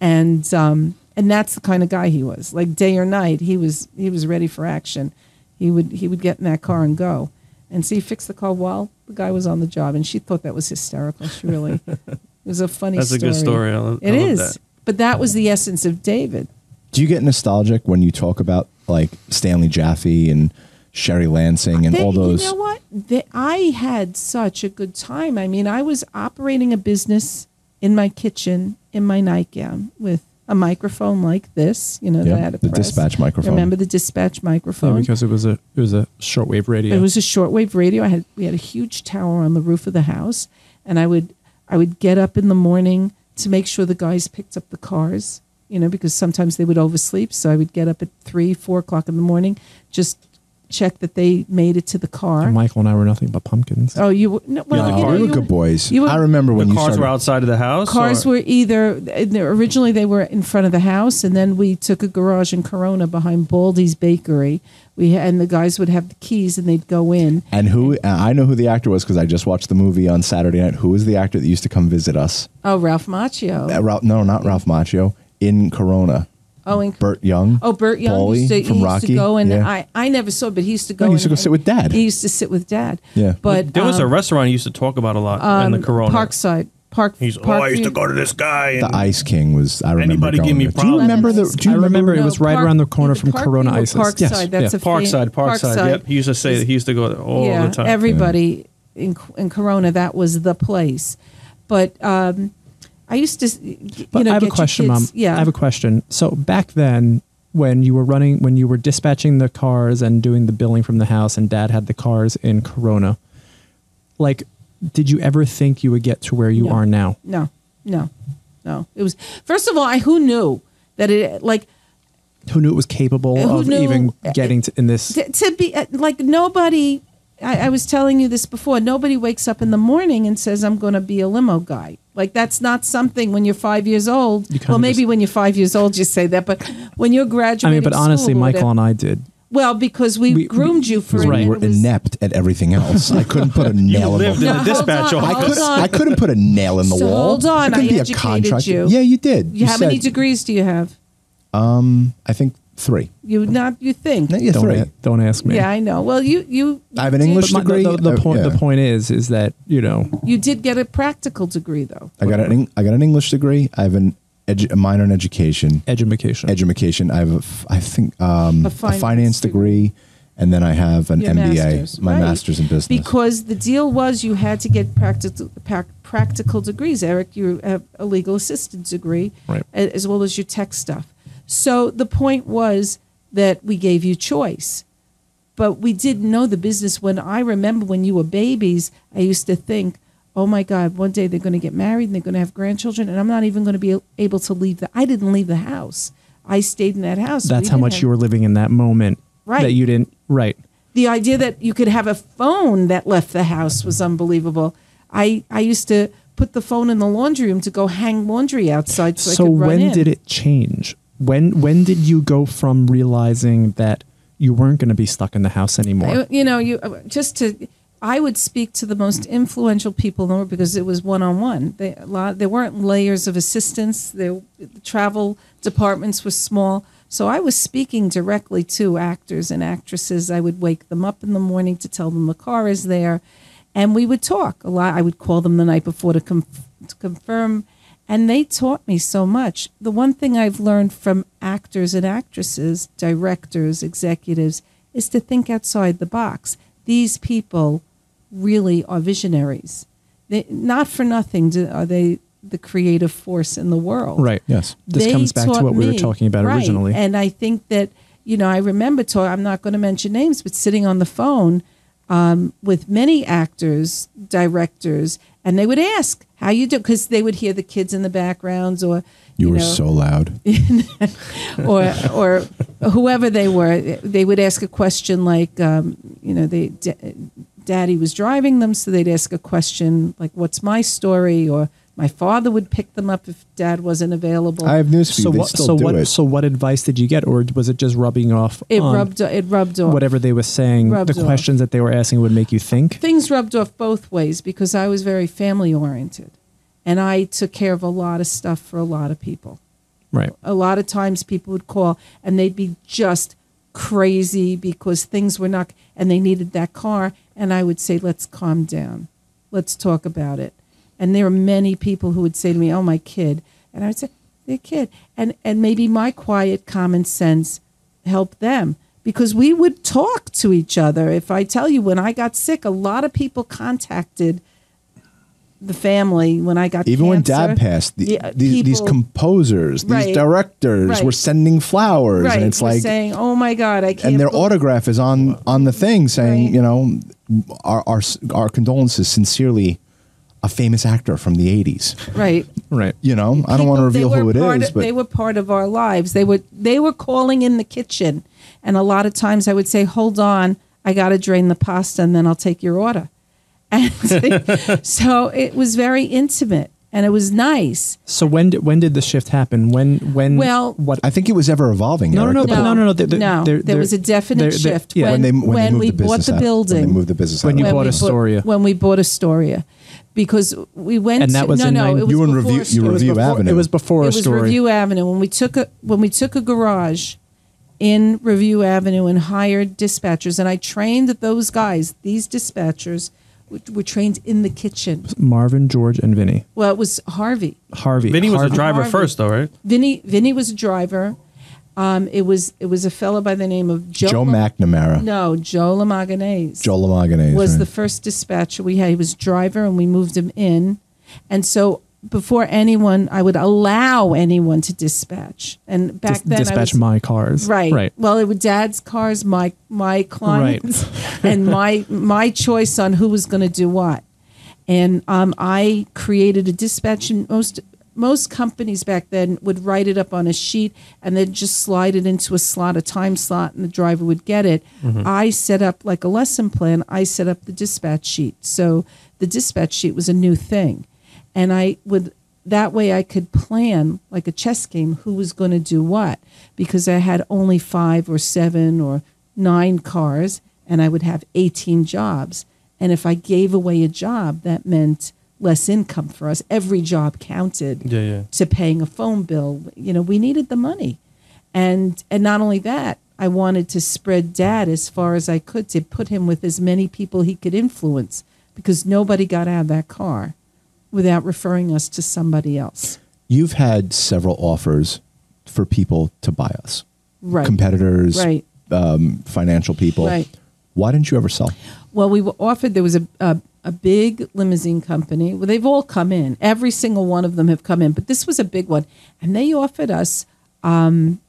Speaker 4: and um, and that's the kind of guy he was. Like day or night, he was he was ready for action. He would he would get in that car and go, and so he fixed the car while the guy was on the job, and she thought that was hysterical. She really *laughs* it was a funny.
Speaker 3: That's a
Speaker 4: story.
Speaker 3: good story. I lo- I
Speaker 4: It
Speaker 3: love
Speaker 4: is,
Speaker 3: that.
Speaker 4: but that was the essence of David.
Speaker 2: Do you get nostalgic when you talk about like Stanley Jaffe and Sherry Lansing and
Speaker 4: They-
Speaker 2: all those?
Speaker 4: You know what? They, I had such a good time. I mean, I was operating a business in my kitchen in my nightgown with a microphone like this. You know,
Speaker 2: Yeah,
Speaker 4: that I had a
Speaker 2: the
Speaker 4: press.
Speaker 2: dispatch microphone. Oh,
Speaker 4: Remember the dispatch
Speaker 1: Yeah,
Speaker 4: microphone?
Speaker 1: because it was a it was a shortwave radio
Speaker 4: It was a shortwave radio. I had we had a huge tower on the roof of the house, and I would I would get up in the morning to make sure the guys picked up the cars. You know, because sometimes they would oversleep. So I would get up at three, four o'clock in the morning, just check that they made it to the car.
Speaker 1: And Michael and I were nothing but pumpkins.
Speaker 4: Oh, you were no, well,
Speaker 3: the
Speaker 4: you
Speaker 3: car-
Speaker 4: know,
Speaker 2: we
Speaker 4: you
Speaker 2: were good
Speaker 4: were-
Speaker 2: boys.
Speaker 4: you were-
Speaker 2: I remember when
Speaker 3: the
Speaker 2: you
Speaker 3: cars
Speaker 2: started,
Speaker 3: were outside of the house.
Speaker 4: Cars
Speaker 3: or-
Speaker 4: were either originally they were in front of the house, and then we took a garage in Corona behind Baldy's Bakery. We and the guys would have the keys, and they'd go in.
Speaker 2: And who I know who the actor was because I just watched the movie on Saturday night. Who was the actor that used to come visit us?
Speaker 4: Oh, Ralph Macchio.
Speaker 2: Uh, Ralph, no, not Ralph Macchio. In Corona,
Speaker 4: oh, and
Speaker 2: Burt Young.
Speaker 4: Oh, Burt Young
Speaker 2: Pauly
Speaker 4: used to,
Speaker 2: from
Speaker 4: he used
Speaker 2: Rocky.
Speaker 4: to go, and
Speaker 2: yeah.
Speaker 4: I, I never saw, it, but he used to go.
Speaker 2: he used to
Speaker 4: and-
Speaker 2: go sit with Dad.
Speaker 4: He used to sit with Dad.
Speaker 2: Yeah.
Speaker 4: but
Speaker 3: There was a
Speaker 4: um,
Speaker 3: restaurant he used to talk about a lot in
Speaker 1: um,
Speaker 3: the Corona.
Speaker 4: Parkside Park.
Speaker 3: He's
Speaker 4: Park
Speaker 3: oh, I used
Speaker 4: View-
Speaker 3: to go to this guy. And
Speaker 2: the Ice King was. I remember.
Speaker 3: Anybody
Speaker 2: going
Speaker 3: give me
Speaker 2: there. Do you
Speaker 3: problems?
Speaker 2: remember the? Do you
Speaker 1: I
Speaker 2: remember?
Speaker 1: remember it was right around the corner from
Speaker 4: Park
Speaker 1: Corona
Speaker 4: View or
Speaker 1: ISIS.
Speaker 4: Parkside,
Speaker 1: Yes,
Speaker 4: that's
Speaker 1: yeah.
Speaker 4: a fam-
Speaker 3: Parkside, Parkside, Yep. He used to say that he used to go there all
Speaker 4: yeah,
Speaker 3: the time.
Speaker 4: Everybody in in Corona, that was the place. But um, I used to, you
Speaker 1: But
Speaker 4: know,
Speaker 1: I have a
Speaker 4: get your
Speaker 1: question,
Speaker 4: kids-
Speaker 1: Mom.
Speaker 4: Yeah,
Speaker 1: I have a question. So back then, when you were running, when you were dispatching the cars and doing the billing from the house, and Dad had the cars in Corona, like, did you ever think you would get to where you
Speaker 4: No.
Speaker 1: are now?
Speaker 4: No, no, no. It was first of all, I who knew that it like
Speaker 1: who knew it was capable
Speaker 4: Who
Speaker 1: of
Speaker 4: knew- Eh,
Speaker 1: even getting to, in this?
Speaker 4: to, to be uh, like nobody I, I was telling you this before nobody wakes up in the morning and says i'm going to be a limo guy like that's not something when you're five years old
Speaker 1: You kinda
Speaker 4: well maybe
Speaker 1: just-
Speaker 4: when you're five years old you say that but when you're
Speaker 1: I
Speaker 4: graduating
Speaker 1: mean, but honestly,
Speaker 4: school or
Speaker 1: Michael
Speaker 4: whatever-
Speaker 1: and I did.
Speaker 4: well because we,
Speaker 1: We- we-
Speaker 4: groomed you for
Speaker 2: because
Speaker 4: it
Speaker 1: Right.
Speaker 2: we
Speaker 4: and
Speaker 2: were
Speaker 4: it was-
Speaker 2: inept at everything else. I couldn't put a
Speaker 3: *laughs*
Speaker 2: nail in
Speaker 3: lived
Speaker 2: the
Speaker 3: in
Speaker 4: No,
Speaker 3: the
Speaker 4: hold
Speaker 3: dispatch
Speaker 4: on,
Speaker 2: I
Speaker 3: office.
Speaker 2: couldn't, I couldn't put a nail in the
Speaker 4: So
Speaker 2: wall.
Speaker 4: hold on,
Speaker 2: I couldn't
Speaker 4: I
Speaker 2: be a
Speaker 4: educated
Speaker 2: contractor.
Speaker 4: you.
Speaker 2: Yeah, you did.
Speaker 4: you, how many
Speaker 2: said,
Speaker 4: degrees do you have
Speaker 2: I think three.
Speaker 4: you not you think
Speaker 2: No, yeah,
Speaker 1: Don't
Speaker 2: three.
Speaker 1: a- don't ask me.
Speaker 4: yeah i know well you you
Speaker 2: I have an
Speaker 4: you-
Speaker 2: English
Speaker 1: My-
Speaker 2: degree.
Speaker 1: the, the
Speaker 2: Uh,
Speaker 1: point
Speaker 2: yeah.
Speaker 1: the point is is that you know
Speaker 4: you did get a practical degree though
Speaker 2: I got an Eng- I got an English degree. I have an edu- a minor in education.
Speaker 1: education.
Speaker 2: Education. I have a f- I think um,
Speaker 4: A
Speaker 2: a,
Speaker 4: finance
Speaker 2: finance degree. and then I have an
Speaker 4: Your
Speaker 2: MBA.
Speaker 4: master's,
Speaker 2: my
Speaker 4: right.
Speaker 2: master's in business.
Speaker 4: Because the deal was you had to get practical prac- practical degrees. Eric, you have a legal assistance degree,
Speaker 1: Right.
Speaker 4: a- as well as your tech stuff. So the point was that we gave you choice, but we didn't know the business. When I remember when you were babies, I used to think, "Oh my God, one day they're going to get married and they're going to have grandchildren, and I'm not even going to be able to leave the." I didn't leave the house. I stayed in that house.
Speaker 1: That's
Speaker 4: We
Speaker 1: how
Speaker 4: didn't
Speaker 1: much
Speaker 4: have-
Speaker 1: you were living in that moment.
Speaker 4: Right.
Speaker 1: That you didn't. Right.
Speaker 4: the idea that you could have a phone that left the house was unbelievable. I, I used to put the phone in the laundry room to go hang laundry outside so,
Speaker 1: so
Speaker 4: I could run
Speaker 1: when
Speaker 4: in.
Speaker 1: did it change? When when did you go from realizing that you weren't going to be stuck in the house anymore?
Speaker 4: I- you know, you uh, just to I would speak to the most influential people in the world because it was one on one. There weren't layers of assistance. There, the travel departments were small, so I was speaking directly to actors and actresses. I would wake them up in the morning to tell them the car is there, and we would talk a lot. I would call them the night before to, conf- to confirm. And they taught me so much. The one thing I've learned from actors and actresses, directors, executives, is to think outside the box. These people really are visionaries. They, not for nothing do, are they the creative force in the world.
Speaker 1: right.
Speaker 2: Yes.
Speaker 1: This
Speaker 4: They
Speaker 1: comes back to
Speaker 4: taught
Speaker 1: what we were
Speaker 4: me,
Speaker 1: talking about
Speaker 4: right.
Speaker 1: originally.
Speaker 4: And I think that, you know, I remember, to, I'm not going to mention names, but sitting on the phone um, with many actors, directors, and they would ask how you do, because they would hear the kids in the backgrounds or,
Speaker 2: you,
Speaker 4: you,
Speaker 2: were
Speaker 4: know,
Speaker 2: so loud.
Speaker 4: *laughs* or or whoever they were, they would ask a question like, um, you know, they d- daddy was driving them, so they'd ask a question like, "What's my story?" or my father would pick them up if dad wasn't available.
Speaker 2: I have news for you.
Speaker 1: So
Speaker 2: they
Speaker 1: what?
Speaker 2: still
Speaker 1: So
Speaker 2: do
Speaker 1: what?
Speaker 2: it.
Speaker 1: So what advice did you get, or was it just rubbing off?
Speaker 4: it
Speaker 1: on
Speaker 4: rubbed it rubbed off.
Speaker 1: whatever they were saying.
Speaker 4: Rubbed
Speaker 1: the
Speaker 4: off.
Speaker 1: questions that they were asking would make you think.
Speaker 4: things rubbed off both ways because I was very family oriented, and I took care of a lot of stuff for a lot of people.
Speaker 1: Right.
Speaker 4: a lot of times people would call and they'd be just crazy because things were not and they needed that car and i would say let's calm down let's talk about it and there are many people who would say to me oh my kid and i would say their kid and and maybe my quiet common sense helped them because we would talk to each other if i tell you when i got sick a lot of people contacted the family when i got
Speaker 2: Even when Dad
Speaker 4: cancer.
Speaker 2: passed, the,
Speaker 4: Yeah,
Speaker 2: these, these
Speaker 4: people-
Speaker 2: composers, these
Speaker 4: Right.
Speaker 2: directors
Speaker 4: Right.
Speaker 2: were sending flowers,
Speaker 4: right
Speaker 2: and it's
Speaker 4: we're
Speaker 2: like,
Speaker 4: saying oh my god i can't
Speaker 2: and their
Speaker 4: believe-
Speaker 2: autograph is on on the thing saying,
Speaker 4: Right.
Speaker 2: you know, our our our condolences sincerely, a famous actor from the '80s.
Speaker 4: right
Speaker 1: Right.
Speaker 2: You know, I don't want to
Speaker 4: They
Speaker 2: reveal who
Speaker 4: were
Speaker 2: it
Speaker 4: part
Speaker 2: is,
Speaker 4: of-
Speaker 2: but
Speaker 4: they were part of our lives. They were they were calling in the kitchen, and a lot of times I would say, "Hold on, I got to drain the pasta, and then I'll take your order." *laughs* And so it was very intimate, and it was nice.
Speaker 1: So when did when did the shift happen? When when?
Speaker 4: Well-
Speaker 1: what?
Speaker 2: I think it was ever evolving.
Speaker 1: No,
Speaker 2: Eric,
Speaker 1: no,
Speaker 2: the
Speaker 1: no,
Speaker 2: point-
Speaker 1: no, no, no. There, there-
Speaker 4: No,
Speaker 1: there,
Speaker 4: there was a definite
Speaker 1: there- there-
Speaker 4: shift.
Speaker 1: yeah.
Speaker 2: when they when,
Speaker 4: when
Speaker 2: they moved
Speaker 4: we
Speaker 2: the
Speaker 4: bought
Speaker 2: business
Speaker 4: the
Speaker 2: out, when
Speaker 4: building.
Speaker 2: they moved the business
Speaker 1: When
Speaker 2: out
Speaker 1: you
Speaker 2: of
Speaker 1: bought
Speaker 4: we
Speaker 1: Astoria.
Speaker 4: when we bought Astoria, because we went
Speaker 1: And that
Speaker 4: to-
Speaker 1: was
Speaker 4: no
Speaker 1: in
Speaker 4: no
Speaker 1: nine-
Speaker 4: it was
Speaker 2: You and
Speaker 4: before
Speaker 2: Review- you
Speaker 1: it
Speaker 4: Astoria.
Speaker 1: was
Speaker 2: Review
Speaker 1: before,
Speaker 2: Avenue.
Speaker 1: It was before
Speaker 4: it
Speaker 1: a
Speaker 4: was
Speaker 1: story.
Speaker 4: Review Avenue when we took a when we took a garage in Review Avenue and hired dispatchers, and I trained those guys. These dispatchers were, were trained in the kitchen.
Speaker 1: Marvin, George, and Vinny.
Speaker 4: Well, it was Harvey.
Speaker 1: Harvey.
Speaker 3: Vinny was a
Speaker 1: Harvey-
Speaker 3: driver
Speaker 4: Harvey.
Speaker 3: first, though, right?
Speaker 4: Vinny Vinny was a driver. Um, it was it was a fellow by the name of Joe,
Speaker 2: Joe McNamara,
Speaker 4: No, Joe Lamaganese.
Speaker 2: Joe Lamaganese
Speaker 4: was the
Speaker 2: right.
Speaker 4: first dispatcher we had. He was driver, and we moved him in. And so before anyone, I would allow anyone to dispatch. And back
Speaker 1: Dis-
Speaker 4: then, I
Speaker 1: dispatch
Speaker 4: was,
Speaker 1: my cars.
Speaker 4: Right.
Speaker 1: Right.
Speaker 4: Well, it was dad's cars, my my clients,
Speaker 1: *laughs*
Speaker 4: and my my choice on who was going to do what. And um, I created a dispatch, and most most companies back then would write it up on a sheet and then just slide it into a slot, a time slot, and the driver would get it.
Speaker 1: Mm-hmm.
Speaker 4: I set up like a lesson plan. I set up the dispatch sheet, so the dispatch sheet was a new thing, and I would that way I could plan like a chess game who was going to do what because I had only five or seven or nine cars and I would have 18 jobs. And if I gave away a job, that meant less income for us. Every job counted
Speaker 3: Yeah, yeah.
Speaker 4: to paying a phone bill. You know, we needed the money. And and not only that, I wanted to spread dad as far as I could to put him with as many people he could influence because nobody got out of that car without referring us to somebody else.
Speaker 2: You've had several offers for people to buy us,
Speaker 4: Right.
Speaker 2: competitors,
Speaker 4: Right.
Speaker 2: um, financial people.
Speaker 4: Right.
Speaker 2: Why didn't you ever sell?
Speaker 4: Well, we were offered. There was a, a a big limousine company. Well, they've all come in. Every single one of them have come in, but this was a big one, and they offered us. Um,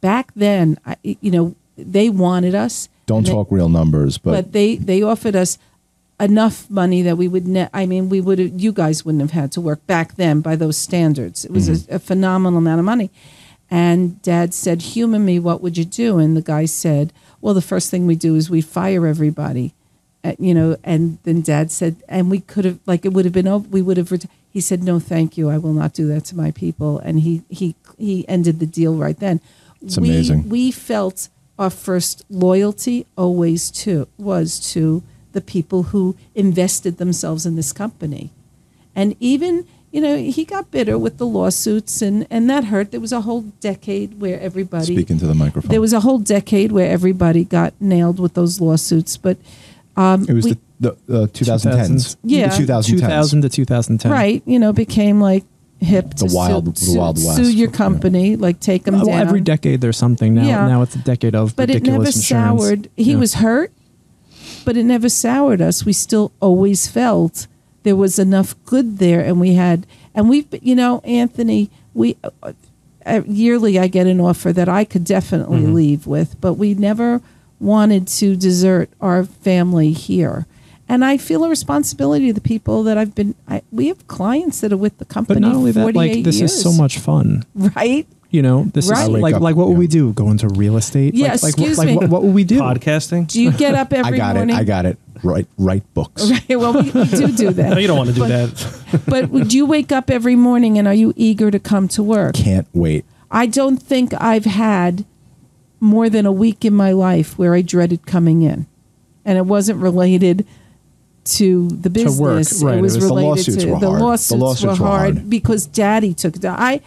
Speaker 4: back then, I, you know, they wanted us.
Speaker 2: Don't
Speaker 4: and they-
Speaker 2: talk real numbers, but,
Speaker 4: but they they offered us enough money that we would ne- I mean we would you guys wouldn't have had to work back then by those standards. It was a, a phenomenal amount of money. And dad said, "Humor me, what would you do?" And the guy said, "Well, the first thing we do is we fire everybody." Uh, you know, and then dad said, "And we could have like it would have been over, we would have ret-. he said, "No, thank you. I will not do that to my people." And he he he ended the deal right then. It's
Speaker 2: amazing.
Speaker 4: we felt our first loyalty always to was to the people who invested themselves in this company and even you know he got bitter with the lawsuits and and that hurt there was a whole decade where everybody
Speaker 2: speak into the microphone.
Speaker 4: there was a whole decade where everybody got nailed with those lawsuits but
Speaker 2: it was
Speaker 4: we-
Speaker 2: the, the uh,
Speaker 1: 2000s.
Speaker 2: 2010s.
Speaker 4: Yeah.
Speaker 2: The 2010s.
Speaker 1: 2000 to 2010.
Speaker 4: right you know became like hip to
Speaker 2: The wild-
Speaker 4: sue,
Speaker 2: the
Speaker 4: sue-
Speaker 2: Wild West.
Speaker 4: sue your company like take them
Speaker 1: Well,
Speaker 4: down
Speaker 1: every decade there's something. Now,
Speaker 4: Yeah.
Speaker 1: now it's a decade of
Speaker 4: but it never
Speaker 1: ridiculous insurance.
Speaker 4: soured. He
Speaker 1: Yeah.
Speaker 4: was hurt, but it never soured us. We still always felt there was enough good there, and we had, and we've, been- you know, Anthony, we uh, uh, yearly I get an offer that I could definitely
Speaker 1: Mm-hmm.
Speaker 4: leave with, but we never wanted to desert our family here. And I feel a responsibility to the people that I've been. I, we have clients that are with the company.
Speaker 1: But not only that,
Speaker 4: 48
Speaker 1: like this
Speaker 4: years,
Speaker 1: is so much fun.
Speaker 4: *laughs* right?
Speaker 1: You know, this
Speaker 4: Right. I
Speaker 1: is
Speaker 4: wake
Speaker 1: like
Speaker 2: up,
Speaker 1: like what would
Speaker 2: yeah.
Speaker 1: we do? Go into real estate?
Speaker 4: Yeah,
Speaker 1: like, like,
Speaker 4: excuse
Speaker 1: like,
Speaker 4: me.
Speaker 1: What, what would we do?
Speaker 3: Podcasting?
Speaker 4: Do you
Speaker 1: *laughs*
Speaker 4: get up every
Speaker 2: I got
Speaker 4: morning?
Speaker 2: it. I got it. Write, write
Speaker 4: *laughs*
Speaker 2: books.
Speaker 4: well, we, we do do that.
Speaker 3: No, you don't want to do
Speaker 4: But-
Speaker 3: that.
Speaker 4: but would you wake up every morning and are you eager to come to work?
Speaker 2: Can't wait.
Speaker 4: I don't think I've had more than a week in my life where I dreaded coming in. And it wasn't related to the
Speaker 1: To work,
Speaker 4: business.
Speaker 1: right.
Speaker 4: It
Speaker 1: It
Speaker 4: was
Speaker 1: was- The
Speaker 4: related
Speaker 2: lawsuits
Speaker 4: to
Speaker 2: were
Speaker 4: the
Speaker 2: hard. The
Speaker 4: lawsuits,
Speaker 2: lawsuits
Speaker 4: were
Speaker 2: were
Speaker 4: hard,
Speaker 2: hard.
Speaker 4: because daddy took the I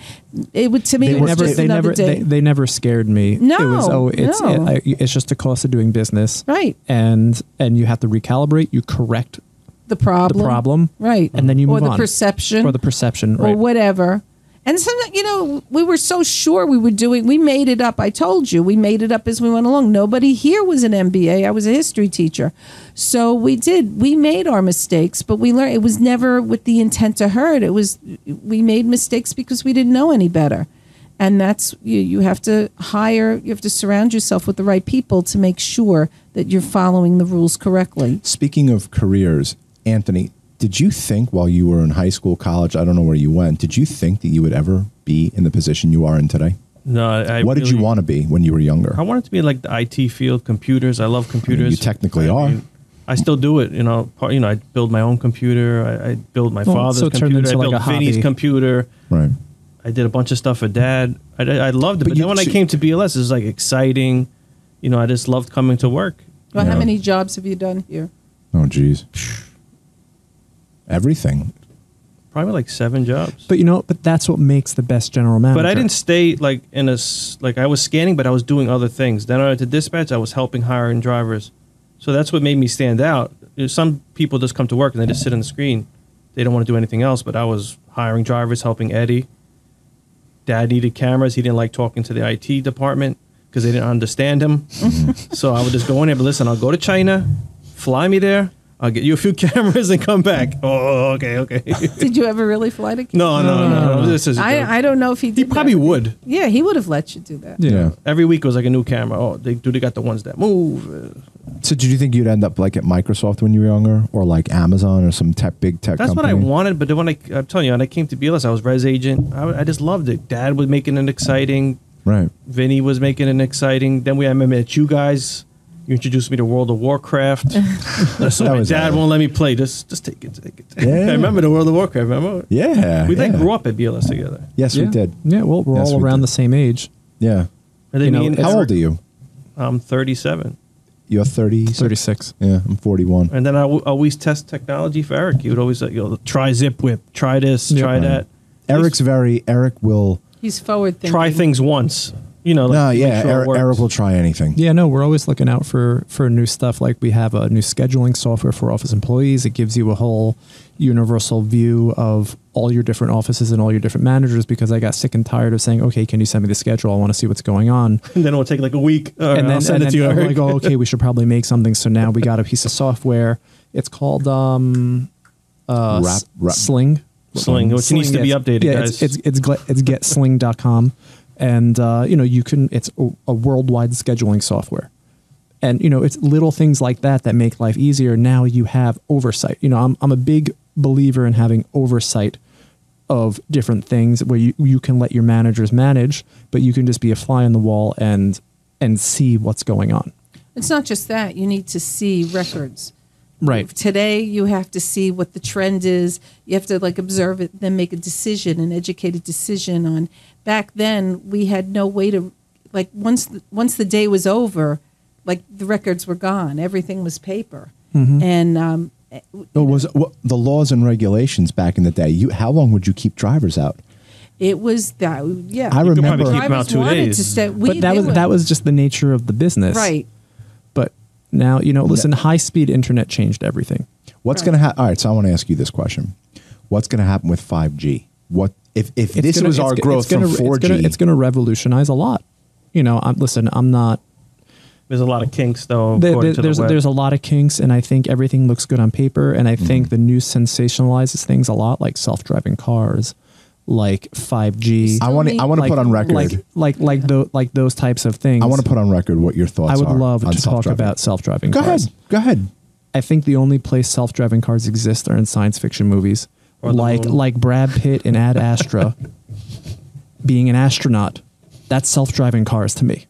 Speaker 4: it would to me it
Speaker 1: They
Speaker 4: was
Speaker 1: never,
Speaker 4: just
Speaker 1: they
Speaker 4: another
Speaker 1: never,
Speaker 4: day.
Speaker 1: they, they never scared me. it was
Speaker 4: No,
Speaker 1: oh, it's
Speaker 4: no.
Speaker 1: it, I, it's just the cost of doing business,
Speaker 4: Right.
Speaker 1: And and you have to recalibrate. You correct
Speaker 4: the problem.
Speaker 1: the problem,
Speaker 4: Right.
Speaker 1: And then you
Speaker 4: or
Speaker 1: move
Speaker 4: the
Speaker 1: on.
Speaker 4: perception.
Speaker 1: or the perception,
Speaker 4: or
Speaker 1: right?
Speaker 4: whatever. And sometimes, you know, we were so sure we were doing, we made it up. I told you, we made it up as we went along. Nobody here was an MBA. I was a history teacher. So we did, we made our mistakes, but we learned it was never with the intent to hurt. It was, we made mistakes because we didn't know any better. And that's, you, you have to hire, you have to surround yourself with the right people to make sure that you're following the rules correctly.
Speaker 2: Speaking of careers, Anthony, did you think while you were in high school, college, I don't know where you went, did you think that you would ever be in the position you are in today?
Speaker 3: No, I
Speaker 2: what did you
Speaker 3: really-
Speaker 2: want to be when you were younger?
Speaker 3: I wanted to be in, like the IT field, computers. I love computers.
Speaker 2: you technically
Speaker 3: I
Speaker 2: are.
Speaker 3: I still do it. You know, part, you know, I build my own computer. I, I build my
Speaker 1: Well,
Speaker 3: father's
Speaker 1: so it turned
Speaker 3: computer. I
Speaker 1: into, like,
Speaker 3: built
Speaker 1: a hobby.
Speaker 3: Vinny's computer.
Speaker 2: right.
Speaker 3: I did a bunch of stuff for dad. I, I I loved it. But,
Speaker 2: But you-
Speaker 3: then when I
Speaker 2: so-
Speaker 3: came to BLS, it was like exciting. You know, I just loved coming to work.
Speaker 4: Well,
Speaker 2: Yeah.
Speaker 4: how many jobs have you done here?
Speaker 2: Oh,
Speaker 3: *sighs*
Speaker 2: geez. Everything.
Speaker 3: Probably like seven jobs.
Speaker 1: But you know, but that's what makes the best general manager.
Speaker 3: But I didn't stay like in a s- like I was scanning, but I was doing other things. Then I went to dispatch. I was helping hiring drivers, so that's what made me stand out. You know, Some people just come to work and they just sit on the screen. They don't want to do anything else. But I was hiring drivers, helping Eddie. Dad needed cameras. He didn't like talking to the IT department because *laughs* they didn't understand him. so I would just go in there. But listen, I'll go to China, fly me there. I'll get you a few *laughs* cameras and come back. Oh, okay, okay. *laughs*
Speaker 4: Did you ever really fly to?
Speaker 3: no, no, no, no, This is.
Speaker 4: I, I don't know if he
Speaker 3: he
Speaker 4: did.
Speaker 3: probably
Speaker 4: that.
Speaker 3: would.
Speaker 4: Yeah, he would have let you do that.
Speaker 1: Yeah.
Speaker 2: Yeah.
Speaker 3: Every week was like a new camera. Oh, they do. They got the ones that move. Uh,
Speaker 2: So did you think you'd end up like at Microsoft when you were younger, or like Amazon or some tech big tech?
Speaker 3: That's
Speaker 2: company?
Speaker 3: what I wanted, but then when I, I'm telling you, when I came to BLS, I was res agent. I, I just loved it. Dad was making it exciting.
Speaker 2: Right.
Speaker 3: Vinny was making it exciting. Then we, I remember that you guys, you introduced me to World
Speaker 2: *laughs*
Speaker 3: of Warcraft. so
Speaker 2: That
Speaker 3: my
Speaker 2: was
Speaker 3: dad
Speaker 2: epic.
Speaker 3: won't let me play. Just, just take it, take it.
Speaker 2: Yeah.
Speaker 3: *laughs* I remember the World of Warcraft. Remember?
Speaker 2: Yeah.
Speaker 3: We like
Speaker 2: yeah.
Speaker 3: grew up at BLS together.
Speaker 2: Yes,
Speaker 1: yeah.
Speaker 2: we did.
Speaker 1: Yeah, well, we're
Speaker 2: Yes,
Speaker 1: all
Speaker 2: we
Speaker 1: around
Speaker 2: did.
Speaker 1: the same age.
Speaker 2: Yeah.
Speaker 3: And then
Speaker 1: You
Speaker 3: me
Speaker 1: know,
Speaker 3: and-
Speaker 2: How old are you?
Speaker 3: I'm 37.
Speaker 2: You're thirty.
Speaker 1: 36.
Speaker 2: Yeah, I'm forty-one.
Speaker 3: And then I w- always test technology for Eric. He would always like, you know, try Zip Whip, try this,
Speaker 1: Yep.
Speaker 3: try that.
Speaker 2: Eric's very. Eric will.
Speaker 4: He's forward thinking.
Speaker 3: Try things once. You know, like,
Speaker 2: no,
Speaker 3: make
Speaker 2: yeah. er,
Speaker 3: sure it
Speaker 2: Eric,
Speaker 3: works.
Speaker 2: Eric will try anything.
Speaker 1: Yeah, no, we're always looking out for for new stuff. Like we have a new scheduling software for office employees. It gives you a whole universal view of all your different offices and all your different managers. Because I got sick and tired of saying, "Okay, can you send me the schedule? I want to see what's going on."
Speaker 3: And then it'll take like a week. All right,
Speaker 1: and
Speaker 3: I'll
Speaker 1: then, and
Speaker 3: send it
Speaker 1: then
Speaker 3: to you.
Speaker 1: I'm
Speaker 3: Eric.
Speaker 1: like, "Oh, okay, we should probably make something." So now we got a piece of software. It's called um, uh,
Speaker 2: Rap-
Speaker 1: S-
Speaker 2: rap-
Speaker 1: Sling.
Speaker 3: Sling, which needs to be
Speaker 1: it's-
Speaker 3: updated,
Speaker 1: Yeah,
Speaker 3: guys.
Speaker 1: It's, it's, it's, gla- it's getsling.com. And, uh, you know, you can, it's a, a worldwide scheduling software. And, you know, it's little things like that that make life easier. Now you have oversight. You know, I'm, I'm a big believer in having oversight of different things where you, you can let your managers manage, but you can just be a fly on the wall and, and see what's going on.
Speaker 4: It's not just that. You need to see records.
Speaker 1: Right.
Speaker 4: Today, you have to see what the trend is. You have to like observe it, then make a decision, an educated decision on. Back then, we had no way to, like once the, once the day was over, like the records were gone. Everything was paper,
Speaker 3: Mm-hmm.
Speaker 4: and um,
Speaker 2: It was what, the laws and regulations back in the day. You, how long would you keep drivers out?
Speaker 4: it was that. Yeah,
Speaker 2: I
Speaker 3: could probably
Speaker 2: remember.
Speaker 3: keep 'em out
Speaker 4: drivers
Speaker 3: two
Speaker 4: wanted
Speaker 3: days.
Speaker 4: to stay. We,
Speaker 1: but that
Speaker 4: they
Speaker 1: was
Speaker 4: were-
Speaker 1: that was just the nature of the business.
Speaker 4: right.
Speaker 1: But now, you know, listen, high speed internet changed everything.
Speaker 2: What's going to happen? All right, so I want to ask you this question: What's going to happen with five G? What if if
Speaker 1: It's
Speaker 2: this
Speaker 1: gonna-
Speaker 2: was
Speaker 1: it's
Speaker 2: our
Speaker 1: go-
Speaker 2: growth
Speaker 1: it's gonna-
Speaker 2: from four
Speaker 1: It's gonna-
Speaker 2: G?
Speaker 1: it's going to revolutionize a lot. You know, I'm, listen, I'm not.
Speaker 3: There's a lot of kinks though.
Speaker 1: there-
Speaker 3: according
Speaker 1: there-
Speaker 3: to the
Speaker 1: there's
Speaker 3: web.
Speaker 1: there's a lot of kinks, and I think everything looks good on paper, and I
Speaker 2: Mm-hmm.
Speaker 1: think the news sensationalizes things a lot, like self driving cars, like five G.
Speaker 2: I want to I want to
Speaker 1: like,
Speaker 2: put on record.
Speaker 1: like like like, tho- like those types of things.
Speaker 2: I want to put on record what your thoughts
Speaker 1: I
Speaker 2: are.
Speaker 1: would love
Speaker 2: on
Speaker 1: to talk
Speaker 2: self-driving.
Speaker 1: about self driving.
Speaker 2: Go
Speaker 1: cars.
Speaker 2: ahead. Go ahead.
Speaker 1: I think the only place self-driving cars exist are in science fiction movies,
Speaker 3: Or the
Speaker 1: like
Speaker 3: moon.
Speaker 1: like Brad Pitt in Ad
Speaker 3: *laughs*
Speaker 1: Astra, being an astronaut. That's self-driving cars to me,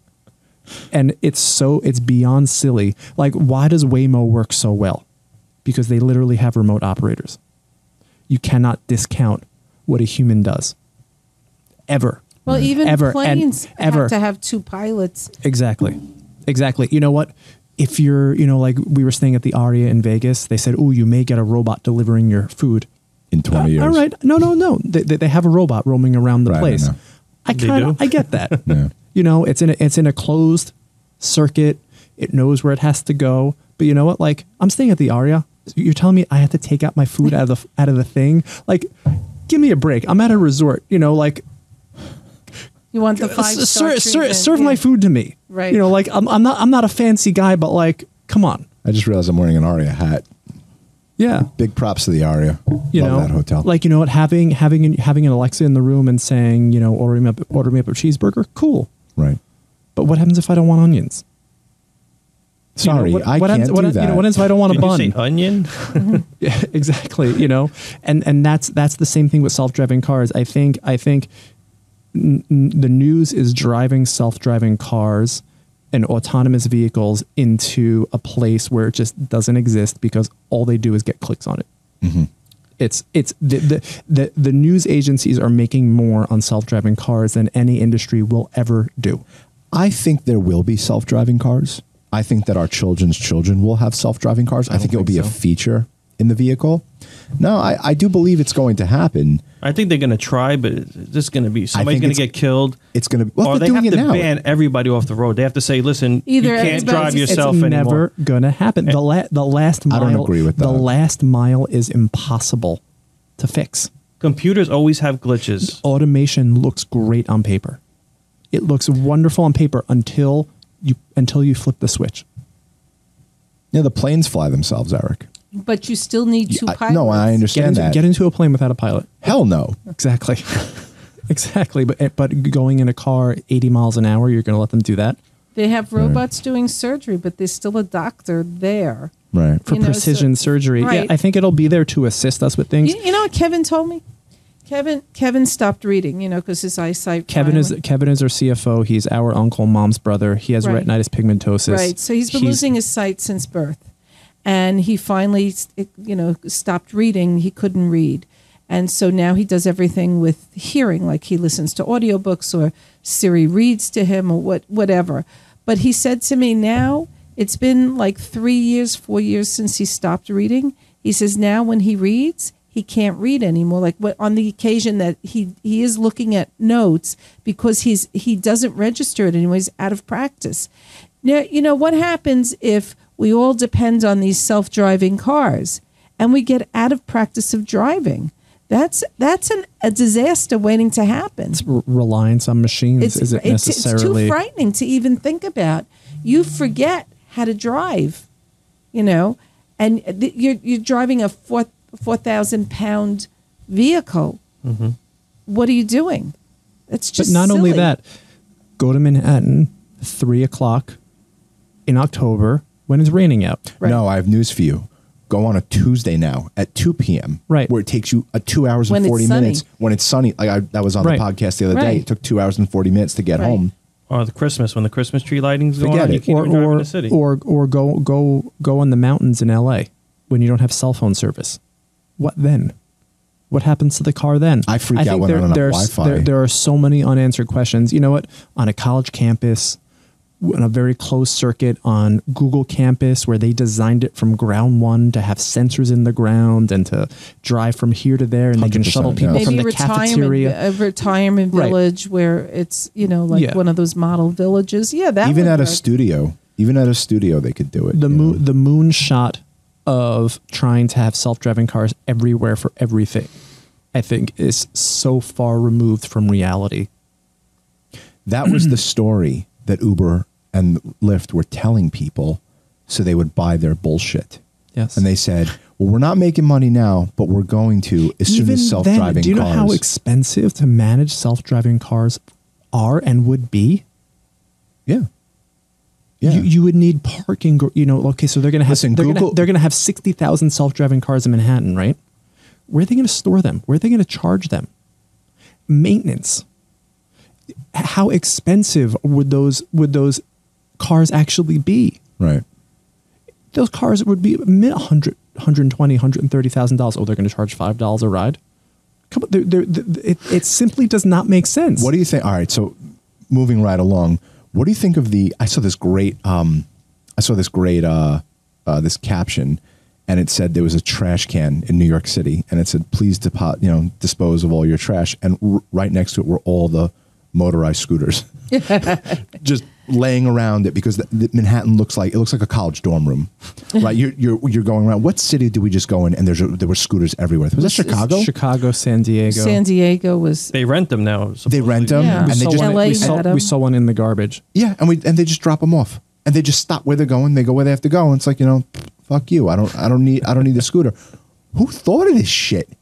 Speaker 1: and it's so it's beyond silly. Like, why does Waymo work so well? Because they literally have remote operators. You cannot discount what a human does. Ever.
Speaker 4: Well, even
Speaker 1: Mm. Ever and
Speaker 4: planes
Speaker 1: ever.
Speaker 4: have to have two pilots.
Speaker 1: Exactly. Exactly. You know what? If you're, you know, like we were staying at the Aria in Vegas, they said, oh, you may get a robot delivering your food.
Speaker 2: In twenty years.
Speaker 1: Uh, All right. No, no, no. They, they, they have a robot roaming around the
Speaker 2: Right, I
Speaker 1: place.
Speaker 2: know.
Speaker 1: I
Speaker 3: They
Speaker 1: kind
Speaker 3: do?
Speaker 1: of, I get that.
Speaker 2: *laughs* Yeah.
Speaker 1: You know, it's in a, it's in a closed circuit. It knows where it has to go. But you know what? Like I'm staying at the Aria. You're telling me I have to take out my food out of the out of the thing? Like, give me a break. I'm at a resort. You know, like
Speaker 4: You want the five
Speaker 1: S-
Speaker 4: star
Speaker 1: serve, serve, serve my food to me.
Speaker 4: Right.
Speaker 1: You know, like I'm, I'm not I'm not a fancy guy, but like, come on.
Speaker 2: I just realized I'm wearing an Aria hat.
Speaker 1: Yeah.
Speaker 2: Big props to the Aria.
Speaker 1: You
Speaker 2: love
Speaker 1: know,
Speaker 2: that hotel.
Speaker 1: like you know what, having having an, having an Alexa in the room and saying, you know, order me up, order me up a cheeseburger, cool.
Speaker 2: right.
Speaker 1: But what happens if I don't want onions? You know,
Speaker 2: Sorry,
Speaker 1: what-
Speaker 2: I
Speaker 1: what
Speaker 2: can't
Speaker 1: happens,
Speaker 2: do
Speaker 1: what,
Speaker 2: that.
Speaker 1: You know, what happens if I don't want a
Speaker 3: Did you
Speaker 1: bun?
Speaker 3: say onion?
Speaker 1: Yeah, *laughs* exactly. You know, and and that's that's the same thing with self-driving cars. I think I think n- n- the news is driving self-driving cars and autonomous vehicles into a place where it just doesn't exist because all they do is get clicks on it. It's it's the, the the the news agencies are making more on self-driving cars than any industry will ever do.
Speaker 2: I think there will be self-driving cars. I think that our children's children will have self-driving cars. I, think it will be a feature in the vehicle. No, I, I do believe it's going to happen.
Speaker 3: I think they're gonna try, but it's just gonna be somebody's
Speaker 2: think
Speaker 3: gonna
Speaker 2: it's-
Speaker 3: get killed.
Speaker 2: It's going to. Well,
Speaker 3: or
Speaker 2: they're
Speaker 3: they
Speaker 2: doing
Speaker 3: have
Speaker 2: it
Speaker 3: to
Speaker 2: now.
Speaker 3: ban everybody off the road. They have to say, "Listen,
Speaker 4: Either
Speaker 3: you can't
Speaker 4: everybody's
Speaker 3: drive
Speaker 4: just- It's
Speaker 3: yourself
Speaker 1: it's
Speaker 3: anymore."
Speaker 1: never gonna happen. The la- the last mile.
Speaker 2: I don't agree with
Speaker 1: The
Speaker 2: that.
Speaker 1: last mile is impossible to fix.
Speaker 3: Computers always have glitches.
Speaker 1: Automation looks great on paper. It looks wonderful on paper until you until you flip the switch.
Speaker 2: Yeah, the planes fly themselves, Eric.
Speaker 4: But you still need two
Speaker 2: I-
Speaker 4: pilots.
Speaker 2: no, I
Speaker 1: Get
Speaker 2: understand
Speaker 1: into,
Speaker 2: that.
Speaker 1: get into a plane without a pilot.
Speaker 2: Hell no.
Speaker 1: Exactly. *laughs* exactly. But eh, but going in a car 80 miles an hour, you're going to let them do that
Speaker 4: They have robots doing surgery, but there's still a doctor there.
Speaker 2: Right.
Speaker 1: for
Speaker 4: You know, so-
Speaker 1: precision surgery. Yeah,
Speaker 4: right.
Speaker 1: I think it'll be there to assist us with things.
Speaker 4: You, you know what Kevin told me? Kevin Kevin stopped reading, you know, because his eyesight.
Speaker 1: Kevin is
Speaker 4: finally-
Speaker 1: Kevin is our CFO. He's our uncle, mom's brother. He has
Speaker 4: Right.
Speaker 1: retinitis pigmentosus.
Speaker 4: right, so he's been losing his sight since birth, and he finally, you know, stopped reading. He couldn't read, and so now he does everything with hearing, like he listens to audiobooks or Siri reads to him or what whatever. But he said to me now. It's been like three years, four years since he stopped reading. He says now when he reads, he can't read anymore. Like what on the occasion that he he is looking at notes because he's he doesn't register it anymore. He's out of practice. Now you know what happens if we all depend on these self driving cars and we get out of practice of driving. That's that's an, a disaster waiting to happen
Speaker 1: r- reliance on machines isn't
Speaker 4: it's-
Speaker 1: necessarily
Speaker 4: It's too frightening to even think about. You forget how to drive, you know, and th- you're you're driving a four four thousand pound vehicle. What are you doing? It's
Speaker 1: Mm-hmm. But
Speaker 4: just
Speaker 1: not only
Speaker 4: silly.
Speaker 1: that, go to Manhattan, three o'clock in October when it's raining out.
Speaker 4: Right.
Speaker 2: No, I have news for you. Go on a Tuesday now at 2 p.m.
Speaker 1: Right.
Speaker 2: Where it takes you uh, two hours
Speaker 4: When
Speaker 2: and
Speaker 4: it's
Speaker 2: 40
Speaker 4: sunny.
Speaker 2: minutes when it's sunny. Like I, that was on
Speaker 1: Right.
Speaker 2: the podcast the other day.
Speaker 4: Right.
Speaker 2: It took two hours and 40 minutes to get
Speaker 4: Right.
Speaker 2: home.
Speaker 3: Or the Christmas when the Christmas tree lighting's going
Speaker 2: Forget
Speaker 3: on, you
Speaker 2: it.
Speaker 3: can't
Speaker 1: or
Speaker 3: even drive in
Speaker 1: or,
Speaker 3: the city.
Speaker 1: or or go go go in the mountains in LA when you don't have cell phone service. What then? What happens to the car then?
Speaker 2: I freak out
Speaker 1: think
Speaker 2: when I don't have
Speaker 1: there's-
Speaker 2: Wi-Fi.
Speaker 1: There, there are so many unanswered questions. You know what? On a college campus, on a very closed circuit on Google campus where they designed it from ground one to have sensors in the ground and to drive from here to there and they can
Speaker 2: 100%,
Speaker 1: shuttle people
Speaker 2: yeah.
Speaker 1: from
Speaker 4: Maybe
Speaker 1: the
Speaker 4: retirement,
Speaker 1: cafeteria.
Speaker 4: a retirement
Speaker 1: Right.
Speaker 4: village where it's you know like
Speaker 1: Yeah.
Speaker 4: one of those model villages. Yeah, that
Speaker 2: even
Speaker 4: would
Speaker 2: at a
Speaker 4: work.
Speaker 2: studio, even at a studio, they could do it.
Speaker 1: the
Speaker 2: you
Speaker 1: moon
Speaker 2: know?
Speaker 1: the moonshot of trying to have self-driving cars everywhere for everything i think is so far removed from reality
Speaker 2: That was the story that Uber and Lyft were telling people so they would buy their bullshit.
Speaker 1: yes
Speaker 2: And they said, well, we're not making money now, but we're going to as soon as self driving
Speaker 1: do you know
Speaker 2: cars.
Speaker 1: how expensive to manage self-driving cars are and would be
Speaker 2: yeah. Yeah.
Speaker 1: You, you would need parking. gr- You know, okay, so they're going to have
Speaker 2: Listen,
Speaker 1: they're gonna,
Speaker 2: Google-
Speaker 1: they're going to have sixty thousand self driving cars in Manhattan, right? Where are they going to store them? Where are they going to charge them? Maintenance. H- How expensive would those would those cars actually be?
Speaker 2: right.
Speaker 1: Those cars would be mi- 100, 120, 130,000 dollars. Oh, they're going to charge five dollars a ride. Come on, they're, they're, th- it, it simply does not make sense.
Speaker 2: What do you think? All right, so moving right along, what do you think of the? I saw this great, um, I saw this great, uh, uh, this caption, and it said there was a trash can in New York City, and it said, "Please depo- you know, dispose of all your trash." And r- right next to it were all the motorized scooters, *laughs* just laying around it because the, the Manhattan looks like it looks like a college dorm room, right? You're you're you're going around. What city did we just go in? And there's a, there were scooters everywhere. Was that Chicago?
Speaker 1: Chicago, San Diego,
Speaker 4: San Diego was
Speaker 3: they rent them now.
Speaker 2: They rent them,
Speaker 4: Yeah.
Speaker 2: and
Speaker 1: We
Speaker 2: they
Speaker 1: saw
Speaker 2: just
Speaker 1: one-
Speaker 4: LA
Speaker 1: we saw-
Speaker 4: had 'em.
Speaker 1: we saw one in the garbage.
Speaker 2: Yeah, and we and they just drop them off, and they just stop where they're going. They go where they have to go, and it's like you know, fuck you. I don't, I don't need, I don't need the scooter. Who thought of this shit? Who-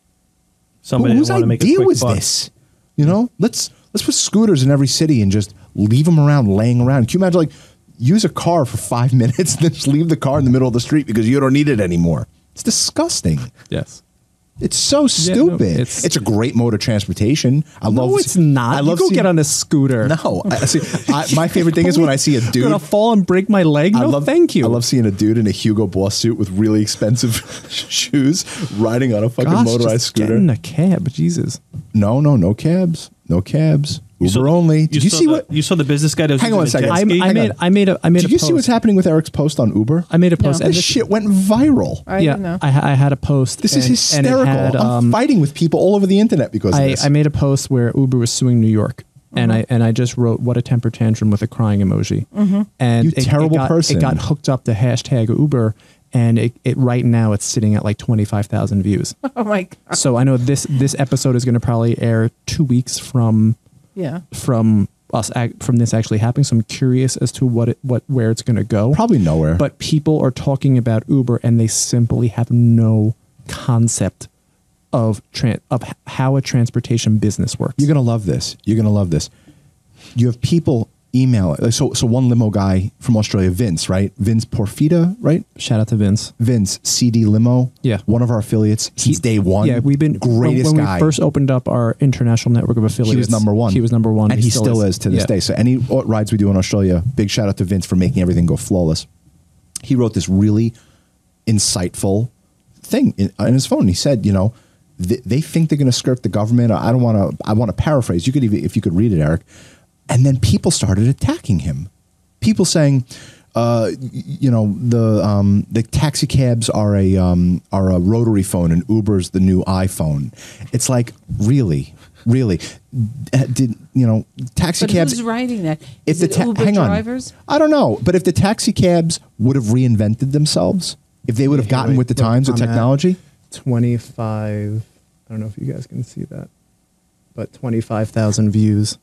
Speaker 3: Somebody
Speaker 2: whose
Speaker 3: want to make a
Speaker 2: idea
Speaker 3: quick
Speaker 2: was
Speaker 3: buck.
Speaker 2: this? You know, let's let's put scooters in every city and just leave them around, laying around. Can you imagine like use a car for five *laughs* minutes, then just leave the car in the middle of the street because you don't need it anymore? It's disgusting.
Speaker 1: Yes.
Speaker 2: It's so
Speaker 1: no,
Speaker 2: stupid.
Speaker 1: it's-
Speaker 2: it's, a great mode of transportation. I
Speaker 1: No,
Speaker 2: love.
Speaker 1: it's not.
Speaker 2: I love
Speaker 1: you go
Speaker 2: seeing-
Speaker 1: get on a scooter.
Speaker 2: No, I, see, I, my favorite thing is when I
Speaker 1: *laughs*
Speaker 2: see a
Speaker 1: I'm
Speaker 2: dude
Speaker 1: gonna fall and break my leg. No,
Speaker 2: I love,
Speaker 1: thank you.
Speaker 2: I love seeing a dude in a Hugo Boss suit with really expensive *laughs* shoes riding on a fucking
Speaker 1: Gosh,
Speaker 2: motorized
Speaker 1: just Get in
Speaker 2: scooter.
Speaker 1: a cab, Jesus.
Speaker 2: No, no, no cabs. No cabs. Uber
Speaker 3: saw-
Speaker 2: only. Did you
Speaker 3: saw
Speaker 2: see
Speaker 3: the-
Speaker 2: what?
Speaker 3: You saw the business guy that was
Speaker 2: Hang on
Speaker 3: using
Speaker 2: a second.
Speaker 3: the jet
Speaker 1: I,
Speaker 2: I'm-
Speaker 3: ski?
Speaker 1: I
Speaker 2: hang
Speaker 1: made.
Speaker 2: on.
Speaker 1: I made a. I made
Speaker 2: Did
Speaker 1: a
Speaker 2: you
Speaker 1: post.
Speaker 2: see what's happening with Eric's post on Uber?
Speaker 1: I made a post.
Speaker 4: No.
Speaker 1: and
Speaker 2: This shit went viral.
Speaker 4: I
Speaker 1: yeah,
Speaker 4: don't know.
Speaker 1: I, I had a post.
Speaker 2: This
Speaker 1: and-
Speaker 2: is
Speaker 1: and it
Speaker 2: hysterical.
Speaker 1: had,
Speaker 2: I'm
Speaker 1: um,
Speaker 2: fighting with people all over the internet because of
Speaker 1: I,
Speaker 2: this. Uh-huh.
Speaker 1: I made a post where Uber was suing New York, and I and I just wrote "What a temper tantrum" with a crying emoji, and
Speaker 2: Mm-hmm. You
Speaker 1: it- it
Speaker 2: terrible
Speaker 1: got-
Speaker 2: person.
Speaker 1: It got hooked up to hashtag Uber, and it, it right now it's sitting at like twenty five thousand views.
Speaker 4: *laughs* oh my god,
Speaker 1: so I know this this episode is going to probably air two weeks from
Speaker 4: yeah.
Speaker 1: from us act, from this actually happening. So I'm curious as to what it, what where it's going to go.
Speaker 2: Probably nowhere.
Speaker 1: But people are talking about Uber and they simply have no concept of tran of h- how a transportation business works.
Speaker 2: You're gonna love this. You're gonna love this. You have people email like, so so one limo guy from Australia, Vince, right? Vince Porfita, right?
Speaker 1: Shout out to Vince.
Speaker 2: Vince CD Limo,
Speaker 1: Yeah.
Speaker 2: one of our affiliates since day one.
Speaker 1: Yeah, we've been
Speaker 2: greatest
Speaker 1: when, when
Speaker 2: guy.
Speaker 1: we first opened up our international network of affiliates.
Speaker 2: he was number one.
Speaker 1: He was number one,
Speaker 2: and he, still, is. to this
Speaker 1: Yeah.
Speaker 2: day. So any o- rides we do in Australia, big shout out to Vince for making everything go flawless. He wrote this really insightful thing in, on his phone. He said, you know, th- they think they're going to skirt the government. I don't want to. I want to paraphrase. You could even if you could read it, Eric. And then people started attacking him. People saying. Uh, y- you know the um, the taxi cabs are a um, are a rotary phone and Uber's the new iPhone. It's like really, really, Uh, did you know taxi
Speaker 4: But
Speaker 2: cabs?
Speaker 4: who's writing that?
Speaker 2: if
Speaker 4: Is
Speaker 2: the
Speaker 4: it
Speaker 2: ta-
Speaker 4: Uber
Speaker 2: hang on,
Speaker 4: drivers?
Speaker 2: I don't know, but if the taxi cabs would have reinvented themselves, if they would have gotten
Speaker 1: wait,
Speaker 2: with the
Speaker 1: look,
Speaker 2: times with
Speaker 1: I'm at-
Speaker 2: technology,
Speaker 1: 25 i don't know if you guys can see that but 25000 views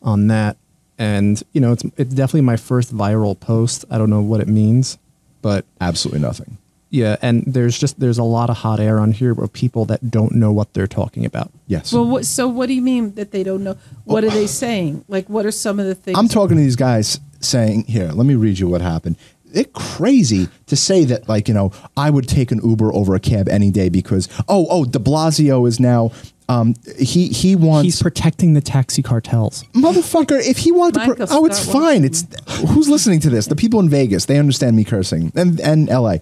Speaker 1: on that and you know it's it's definitely my first viral post i don't know what it means but
Speaker 2: absolutely nothing.
Speaker 1: yeah and there's just there's a lot of hot air on here of people that don't know what they're talking about
Speaker 2: Yes,
Speaker 4: Well, what, so what do you mean that they don't know? What are they saying? Like, what are some of the things?
Speaker 2: I'm talking to these guys saying, here, let me read you what happened. They're crazy to say that, like, you know, I would take an Uber over a cab any day because, oh, oh, de Blasio is now, um, he, he wants.
Speaker 1: he's protecting the taxi cartels
Speaker 2: Motherfucker, if he wanted to.
Speaker 4: Michael,
Speaker 2: Pro- oh, it's
Speaker 4: start
Speaker 2: fine. It's
Speaker 4: watching.
Speaker 2: who's listening to this? The people in Vegas, they understand me cursing and, and LA.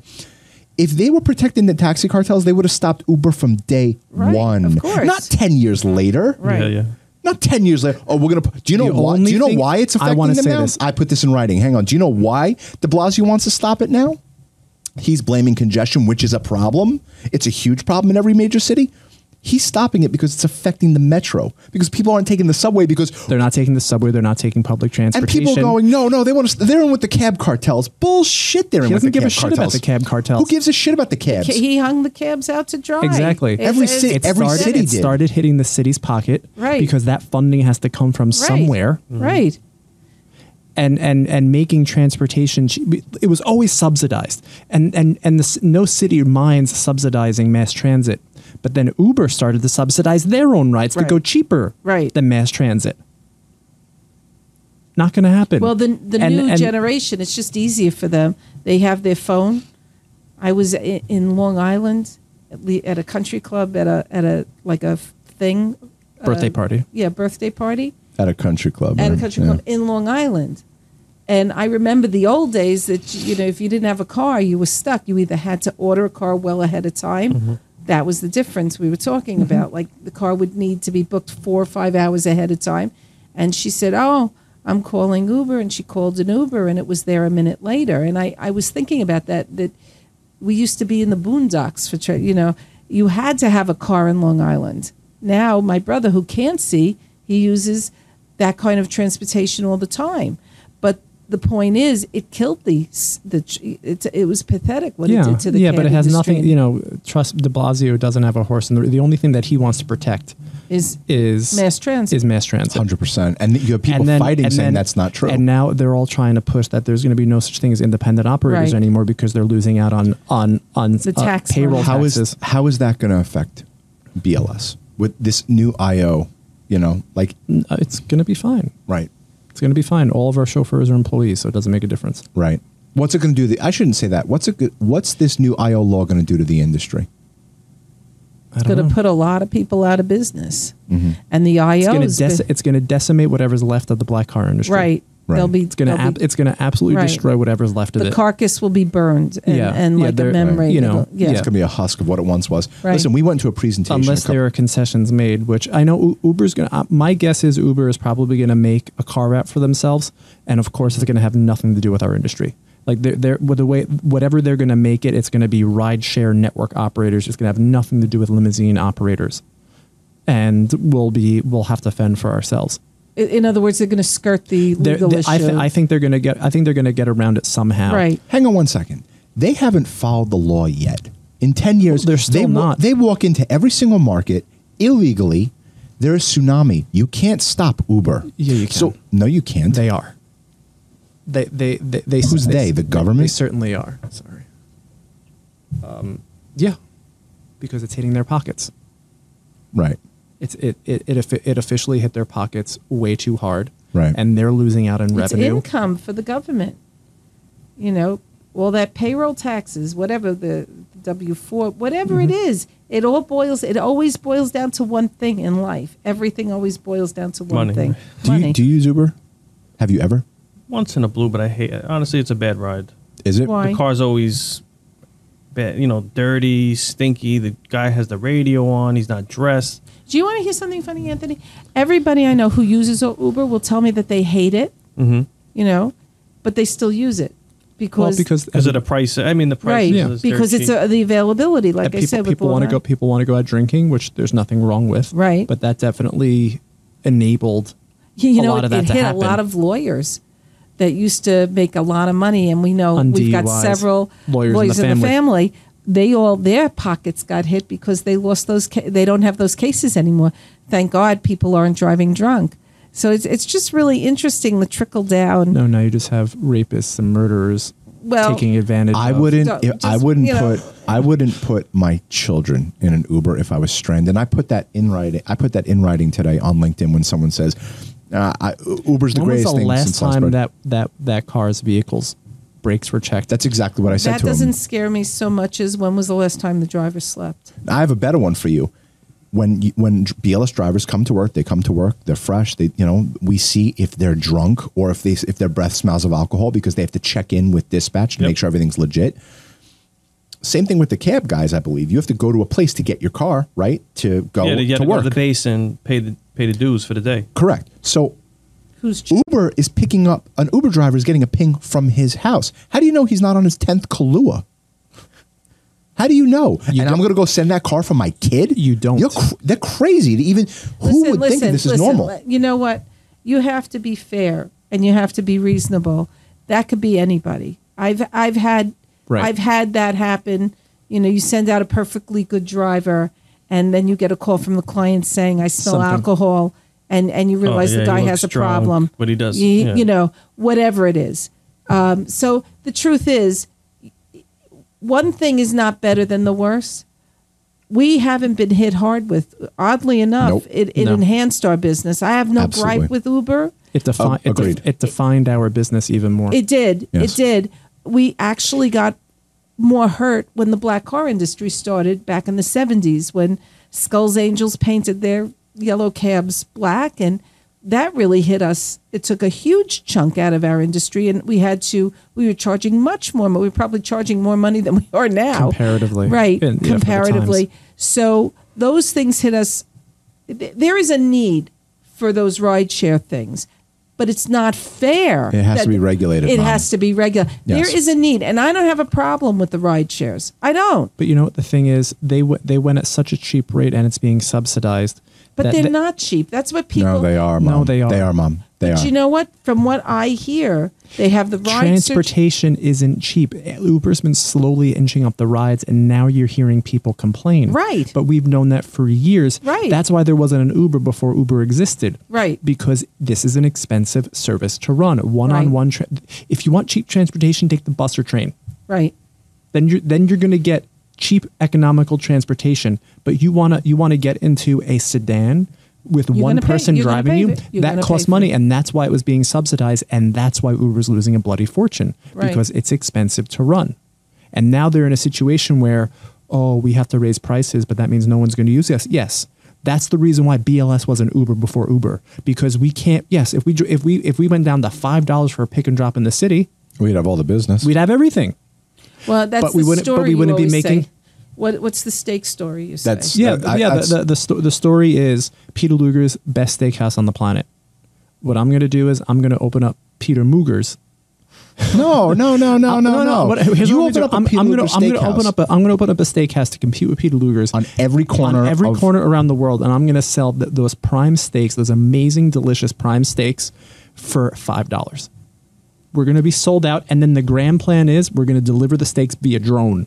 Speaker 2: If they were protecting the taxi cartels, they would have stopped Uber from day
Speaker 4: Right,
Speaker 2: one.
Speaker 4: of course.
Speaker 2: Not 10 years later.
Speaker 4: Right.
Speaker 3: Yeah, yeah.
Speaker 2: Not ten years later. Oh, we're gonna. pu- Do you know
Speaker 1: The
Speaker 2: why? Do
Speaker 1: only
Speaker 2: you know
Speaker 1: thing-
Speaker 2: why it's
Speaker 1: I
Speaker 2: affecting
Speaker 1: wanna
Speaker 2: them
Speaker 1: say
Speaker 2: now?
Speaker 1: this.
Speaker 2: I put this in writing. Hang on. Do you know why De Blasio wants to stop it now? He's blaming congestion, which is a problem. It's a huge problem in every major city. He's stopping it because it's affecting the metro. Because people aren't taking the subway. Because
Speaker 1: they're not taking the subway they're not taking public
Speaker 2: and
Speaker 1: transportation
Speaker 2: people going, no, no, they want to. They're in with the cab cartels. Bullshit. They're in
Speaker 1: He
Speaker 2: with the
Speaker 1: doesn't give a
Speaker 2: cab
Speaker 1: shit about
Speaker 2: cartels.
Speaker 1: the cab cartels.
Speaker 2: Who gives a shit about the cabs?
Speaker 4: He hung the cabs out to dry.
Speaker 1: Exactly.
Speaker 2: Every city-
Speaker 1: it
Speaker 2: every
Speaker 1: started,
Speaker 2: city
Speaker 1: it
Speaker 2: did.
Speaker 1: started hitting the city's pocket
Speaker 4: Right.
Speaker 1: because that funding has to come from
Speaker 4: right,
Speaker 1: somewhere
Speaker 4: Right.
Speaker 1: and and and making transportation che- it was always subsidized and and and the, c- no city minds subsidizing mass transit but then uber started to subsidize their own rides to
Speaker 4: Right.
Speaker 1: go cheaper
Speaker 4: Right.
Speaker 1: than mass transit not going to happen
Speaker 4: Well, the the
Speaker 1: And-
Speaker 4: new
Speaker 1: and-
Speaker 4: generation, it's just easier for them. They have their phone. I was in, in Long Island at, le- at a country club at a at a like a f- thing uh,
Speaker 1: Birthday party.
Speaker 4: Yeah, birthday party
Speaker 2: at a country club.
Speaker 4: at a
Speaker 2: right?
Speaker 4: country
Speaker 2: Yeah.
Speaker 4: club in Long Island. And I remember the old days that you know if you didn't have a car, you were stuck. You either had to order a car well ahead of time. That was the difference we were talking about. Like the car would need to be booked four or five hours ahead of time. And she said, "Oh, I'm calling Uber," and she called an Uber, and it was there a minute later. And I, I was thinking about that that we used to be in the boondocks for tra- you know you had to have a car in long island now my brother who can't see he uses that kind of transportation all the time but the point is it killed the s- the tr- it, it was pathetic what
Speaker 1: yeah,
Speaker 4: it did to the
Speaker 1: yeah,
Speaker 4: cab
Speaker 1: but it has
Speaker 4: industry
Speaker 1: nothing. You know, trust De Blasio doesn't have a horse, and the, the only thing that he wants to protect
Speaker 4: is
Speaker 1: is
Speaker 4: Mass transit.
Speaker 1: Is mass transit.
Speaker 2: Hundred percent, and you have people fighting
Speaker 1: and
Speaker 2: saying
Speaker 1: then-
Speaker 2: that's not true.
Speaker 1: And now they're all trying to push that there's going to be no such thing as independent operators
Speaker 4: Right.
Speaker 1: anymore because they're losing out on on on uh,
Speaker 4: The tax
Speaker 1: payroll
Speaker 4: money.
Speaker 2: How is
Speaker 1: taxes.
Speaker 2: how is that going to affect BLS with this new IO? You know, like
Speaker 1: Uh, it's going to be fine.
Speaker 2: right,
Speaker 1: It's going to be fine. All of our chauffeurs are employees, so it doesn't make a difference.
Speaker 2: right. What's it going to do? The, I shouldn't say that. What's it? go- What's this new IO law going to do to the industry?
Speaker 1: I don't
Speaker 4: going
Speaker 1: know.
Speaker 4: to put a lot of people out of business
Speaker 2: Mm-hmm.
Speaker 4: and the
Speaker 1: it's
Speaker 4: io
Speaker 1: going to
Speaker 4: is
Speaker 1: deci- it's going to decimate whatever's left of the black car industry.
Speaker 4: right
Speaker 2: Right.
Speaker 4: they'll be
Speaker 1: It's going to
Speaker 4: they'll
Speaker 1: ab-
Speaker 4: be-
Speaker 1: it's going to absolutely
Speaker 4: Right.
Speaker 1: destroy whatever's left of
Speaker 4: the
Speaker 1: it.
Speaker 4: carcass will be burned and,
Speaker 1: Yeah,
Speaker 4: and
Speaker 1: yeah,
Speaker 4: like
Speaker 1: they're-
Speaker 4: a memory
Speaker 1: you know,
Speaker 4: It'll- yeah.
Speaker 1: yeah.
Speaker 2: It's going to be a husk of what it once was.
Speaker 4: Right.
Speaker 2: Listen, we went to a presentation. a
Speaker 1: Unless
Speaker 2: couple-
Speaker 1: there are concessions made, which I know U- Uber's going to. Uh, my guess is Uber is probably going to make a car out for themselves, and of course, it's going to have nothing to do with our industry. Like they're, they're with the way whatever they're going to make it, it's going to be rideshare network operators. It's going to have nothing to do with limousine operators, and we'll be we'll have to fend for ourselves.
Speaker 4: I- in other words they're going to skirt the
Speaker 1: They're-
Speaker 4: legal
Speaker 1: they-
Speaker 4: issue
Speaker 1: I, thi- I think they're going to get. I think they're going to get around it somehow.
Speaker 4: right
Speaker 2: Hang on one second. They haven't followed the law yet. In 10 years,
Speaker 1: Well, they're still
Speaker 2: they, wa-
Speaker 1: not.
Speaker 2: they walk into every single market illegally. They're a tsunami. You can't stop Uber.
Speaker 1: Yeah, you can.
Speaker 2: So no, you can't.
Speaker 1: They are. They they they, they
Speaker 2: Who's they? The government?
Speaker 1: They certainly are. Sorry. Um, yeah, because it's hitting their pockets.
Speaker 2: right.
Speaker 1: It's it it it, offi- it officially hit their pockets way too hard.
Speaker 2: Right.
Speaker 1: And they're losing out in
Speaker 4: It's
Speaker 1: revenue.
Speaker 4: income for the government. You know, all that payroll taxes, whatever the W four, whatever it
Speaker 1: Mm-hmm.
Speaker 4: is, it all boils. It always boils down to one thing in life. Everything always boils down to one
Speaker 3: Money.
Speaker 4: thing:
Speaker 2: Do
Speaker 4: money.
Speaker 2: you do you use Uber? Have you ever?
Speaker 3: Once in a blue, but I hate it. Honestly, it's a bad ride.
Speaker 2: Is it?
Speaker 4: Why?
Speaker 3: The car's always bad, you know, dirty, stinky. The guy has the radio on. He's not dressed.
Speaker 4: Do you want to hear something funny, Anthony? Everybody I know who uses Uber will tell me that they hate it.
Speaker 2: Mm-hmm.
Speaker 4: You know, but they still use it
Speaker 1: well,
Speaker 4: because
Speaker 1: because
Speaker 3: Is it a price? I mean, the price
Speaker 4: right
Speaker 1: Yeah.
Speaker 3: is
Speaker 4: because
Speaker 3: they're
Speaker 4: it's
Speaker 3: cheap.
Speaker 4: uh the availability. Like
Speaker 1: and
Speaker 4: I
Speaker 1: people,
Speaker 4: said, with
Speaker 1: people want to
Speaker 4: Walmart.
Speaker 1: go people want to go out drinking, which there's nothing wrong with.
Speaker 4: Right.
Speaker 1: But that definitely enabled
Speaker 4: Yeah, you
Speaker 1: a
Speaker 4: know,
Speaker 1: lot
Speaker 4: it,
Speaker 1: of that
Speaker 4: it
Speaker 1: to
Speaker 4: hit
Speaker 1: happen.
Speaker 4: a lot of lawyers that used to make a lot of money, and we know
Speaker 1: On
Speaker 4: we've got
Speaker 1: DUIs,
Speaker 4: several
Speaker 1: lawyers in the
Speaker 4: in the
Speaker 1: family.
Speaker 4: family. They all their pockets got hit because they lost those. Ca- they don't have those cases anymore. Thank God, people aren't driving drunk. So it's it's just really interesting the trickle down.
Speaker 1: No, now you just have rapists and murderers
Speaker 4: Well,
Speaker 1: taking advantage.
Speaker 2: I
Speaker 1: of-
Speaker 2: wouldn't.
Speaker 4: Don't-
Speaker 2: if- I
Speaker 4: just,
Speaker 2: wouldn't
Speaker 4: you know.
Speaker 2: put. I wouldn't put my children in an Uber if I was stranded. And I put that in writing. I put that in writing today on LinkedIn when someone says, uh, I, "Uber's the
Speaker 1: When was
Speaker 2: greatest
Speaker 1: the
Speaker 2: thing
Speaker 1: last
Speaker 2: since
Speaker 1: time
Speaker 2: Salzburg."
Speaker 1: that that that car's vehicles brakes were checked?
Speaker 2: That's exactly what I said
Speaker 4: That
Speaker 2: to
Speaker 4: doesn't
Speaker 2: him.
Speaker 4: scare me so much as when was the last time the driver slept?
Speaker 2: I have a better one for you. When you, when dr- BLS drivers come to work, they come to work. They're fresh. They you know we see if they're drunk or if they if their breath smells of alcohol because they have to check in with dispatch to
Speaker 3: Yep.
Speaker 2: make sure everything's legit. Same thing with the cab guys, I believe. You have to go to a place to get your car right to go
Speaker 3: yeah, they
Speaker 2: to
Speaker 3: gotta go
Speaker 2: work.
Speaker 3: to the base and pay the pay the dues for the day.
Speaker 2: Correct. So
Speaker 4: Who's ch-
Speaker 2: Uber is picking up an Uber driver is getting a ping from his house. How do you know he's not on his tenth Kahlua? How do you know? and I'm going to go send that car for my kid.
Speaker 1: You don't.
Speaker 2: You're cr- they're crazy. To even who
Speaker 4: Listen,
Speaker 2: would
Speaker 4: listen,
Speaker 2: think that this is
Speaker 4: listen,
Speaker 2: normal?
Speaker 4: le- You know what? You have to be fair and you have to be reasonable. That could be anybody. I've I've had
Speaker 1: Right.
Speaker 4: I've had that happen. You know, you send out a perfectly good driver and then you get a call from the client saying, I smell
Speaker 1: Something.
Speaker 4: alcohol and, and you realize
Speaker 3: yeah,
Speaker 4: the guy
Speaker 3: he
Speaker 4: has
Speaker 3: looks
Speaker 4: a
Speaker 3: drunk,
Speaker 4: problem.
Speaker 3: but he does,
Speaker 4: You,
Speaker 3: yeah.
Speaker 4: you know, whatever it is. Um, so the truth is one thing is not better than the worst. We haven't been hit hard with. Oddly enough,
Speaker 2: Nope.
Speaker 4: it, it
Speaker 1: No.
Speaker 4: enhanced our business. I have no
Speaker 2: Absolutely.
Speaker 4: gripe with Uber.
Speaker 1: It, defi-
Speaker 2: Ag-
Speaker 1: it, def-
Speaker 2: agreed.
Speaker 1: it defined our business even more.
Speaker 4: It did.
Speaker 2: Yes.
Speaker 4: It did. We actually got more hurt when the black car industry started back in the 70s when Skulls Angels painted their yellow cabs black. And that really hit us. It took a huge chunk out of our industry. And we had to, we were charging much more. mo- We were probably charging more money than we are now.
Speaker 1: Comparatively.
Speaker 4: Right.
Speaker 1: And, yeah, for the
Speaker 4: comparatively.
Speaker 1: times.
Speaker 4: So those things hit us. th- There is a need for those rideshare things, but it's not fair.
Speaker 2: It has to be regulated,
Speaker 4: It
Speaker 2: Mom.
Speaker 4: has to be regulated.
Speaker 2: Yes.
Speaker 4: There is a need, and I don't have a problem with the ride shares. I don't.
Speaker 1: but you know what the thing is? They w- they went at such a cheap rate, and it's being subsidized.
Speaker 4: But
Speaker 1: that-
Speaker 4: they're
Speaker 1: that-
Speaker 4: not cheap. That's what people.
Speaker 2: no, they are,
Speaker 1: No,
Speaker 2: mom.
Speaker 1: they are.
Speaker 2: They are, mom. They
Speaker 4: But
Speaker 2: are.
Speaker 4: you know what? From what I hear, they have the ride ser-
Speaker 1: Transportation isn't cheap. Uber's been slowly inching up the rides, and now you're hearing people complain.
Speaker 4: Right.
Speaker 1: But we've known that for years.
Speaker 4: Right.
Speaker 1: That's why there wasn't an Uber before Uber existed.
Speaker 4: Right.
Speaker 1: Because this is an expensive service to run. One on one. Tra- if you want cheap transportation, take the bus or train.
Speaker 4: Right.
Speaker 1: then you're then you're going to get cheap economical transportation but you want to you want to get into a sedan with
Speaker 4: You're
Speaker 1: one
Speaker 4: gonna pay-
Speaker 1: person
Speaker 4: you're gonna
Speaker 1: driving
Speaker 4: pay
Speaker 1: you
Speaker 4: for it. You're
Speaker 1: that
Speaker 4: gonna pay
Speaker 1: costs
Speaker 4: for
Speaker 1: money
Speaker 4: it.
Speaker 1: and that's why it was being subsidized and that's why uber's losing a bloody fortune
Speaker 4: Right.
Speaker 1: because it's expensive to run and now they're in a situation where oh we have to raise prices but that means no one's going to use us yes that's the reason why BLS wasn't Uber before Uber because we can't. Yes, if we dr- if we if we went down to five dollars for a pick and drop in the city,
Speaker 2: We'd have all the
Speaker 1: *laughs*
Speaker 2: business.
Speaker 1: we'd have everything.
Speaker 4: Well, that's
Speaker 1: But we
Speaker 4: the
Speaker 1: wouldn't- but
Speaker 4: story
Speaker 1: we wouldn't
Speaker 4: you
Speaker 1: be
Speaker 4: always
Speaker 1: making-
Speaker 4: say. What, what's the steak story you say?
Speaker 2: That's-
Speaker 1: Yeah,
Speaker 2: Uh, I-
Speaker 1: yeah. The,
Speaker 2: that's-
Speaker 1: the, the, sto- the story is Peter Luger's best steakhouse on the planet. What I'm going to do is I'm going to open up Peter Mooger's.
Speaker 2: no, no, no, no, no, no.
Speaker 1: What- here's
Speaker 2: you
Speaker 1: what
Speaker 2: open up
Speaker 1: I'm
Speaker 2: a Peter
Speaker 1: going
Speaker 2: Luger
Speaker 1: to I'm going to open
Speaker 2: steakhouse.
Speaker 1: up. A, I'm going to open up a steakhouse to compete with Peter Luger's
Speaker 2: On every corner
Speaker 1: on every
Speaker 2: of-
Speaker 1: corner around the world, and I'm going to sell th- those prime steaks, those amazing, delicious prime steaks, for five dollars.
Speaker 2: *laughs*
Speaker 1: We're going to be sold out, and then the grand plan is we're going to deliver the steaks via drone.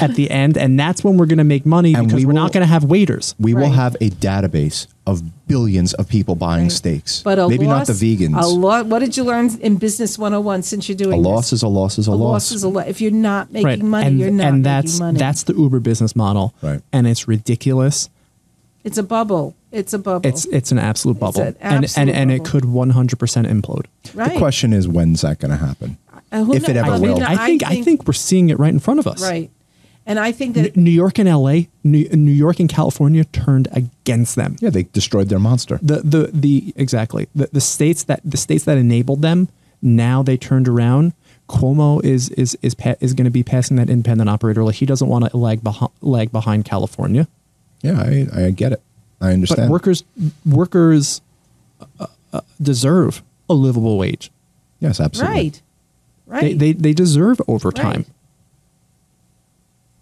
Speaker 1: at the end, and that's when we're going to make money
Speaker 2: And
Speaker 1: because
Speaker 2: we
Speaker 1: we are
Speaker 2: will-
Speaker 1: not going to have waiters.
Speaker 2: We will
Speaker 4: Right.
Speaker 2: have a database of billions of people buying
Speaker 4: Right.
Speaker 2: steaks.
Speaker 4: But a
Speaker 2: Maybe
Speaker 4: loss,
Speaker 2: not the vegans.
Speaker 4: A lo- what did you learn in Business 101 since you're doing
Speaker 2: A loss
Speaker 4: this?
Speaker 2: is a loss is a,
Speaker 4: a
Speaker 2: loss.
Speaker 4: loss is a loss. If you're not making money,
Speaker 1: and,
Speaker 4: you're not
Speaker 1: and
Speaker 4: making
Speaker 1: that's
Speaker 4: money.
Speaker 1: that's the Uber business model,
Speaker 2: Right.
Speaker 1: And it's ridiculous.
Speaker 4: it's a bubble. It's a bubble.
Speaker 1: It's it's an absolute bubble,
Speaker 4: an
Speaker 1: and
Speaker 4: absolute
Speaker 1: and, and it
Speaker 4: bubble.
Speaker 1: could one hundred percent implode.
Speaker 4: right.
Speaker 2: The question is, when's that going to happen?
Speaker 4: Uh, who
Speaker 2: if it
Speaker 4: kno-
Speaker 2: ever
Speaker 4: I
Speaker 1: I,
Speaker 4: mean,
Speaker 2: will.
Speaker 1: I think I think we're seeing it right in front of us.
Speaker 4: right. And I think
Speaker 1: N-
Speaker 4: that
Speaker 1: New York and L.A., New, New York and California turned against them.
Speaker 2: Yeah, they destroyed their monster.
Speaker 1: the the the exactly the, the states that the states that enabled them now they turned around Cuomo is is is pa- is going to be passing that independent operator like he doesn't want to lag behind lag behind California
Speaker 2: Yeah, I, I get it. I
Speaker 1: but
Speaker 2: understand.
Speaker 1: workers workers uh, uh, deserve a livable wage
Speaker 2: yes, absolutely.
Speaker 4: right. Right.
Speaker 1: they, they they deserve overtime
Speaker 4: Right.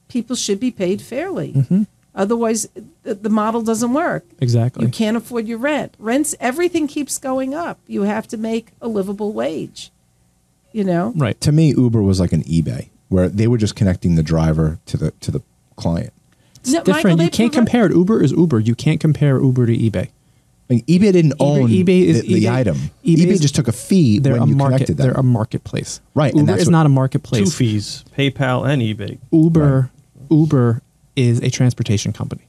Speaker 4: People should be paid fairly.
Speaker 1: Mm-hmm.
Speaker 4: Otherwise, the, the model doesn't work.
Speaker 1: exactly
Speaker 4: You can't afford your rent. Rents, everything keeps going up. You have to make a livable wage. You know?
Speaker 1: right
Speaker 2: To me, Uber was like an eBay where they were just connecting the driver to the to the client.
Speaker 4: It's
Speaker 1: different you can't compare it Uber is Uber you can't compare Uber to eBay
Speaker 2: I mean, eBay didn't own
Speaker 1: eBay is-
Speaker 2: the, the
Speaker 1: eBay-
Speaker 2: item.
Speaker 1: eBay
Speaker 2: eBay
Speaker 1: is-
Speaker 2: just took a fee
Speaker 1: they're
Speaker 2: when
Speaker 1: a
Speaker 2: you
Speaker 1: market
Speaker 2: connected them.
Speaker 1: they're a marketplace
Speaker 2: Right, and
Speaker 1: Uber
Speaker 2: that's
Speaker 1: is
Speaker 2: what-
Speaker 1: not a marketplace
Speaker 3: Two fees, PayPal and eBay.
Speaker 1: Uber Uber is a transportation company.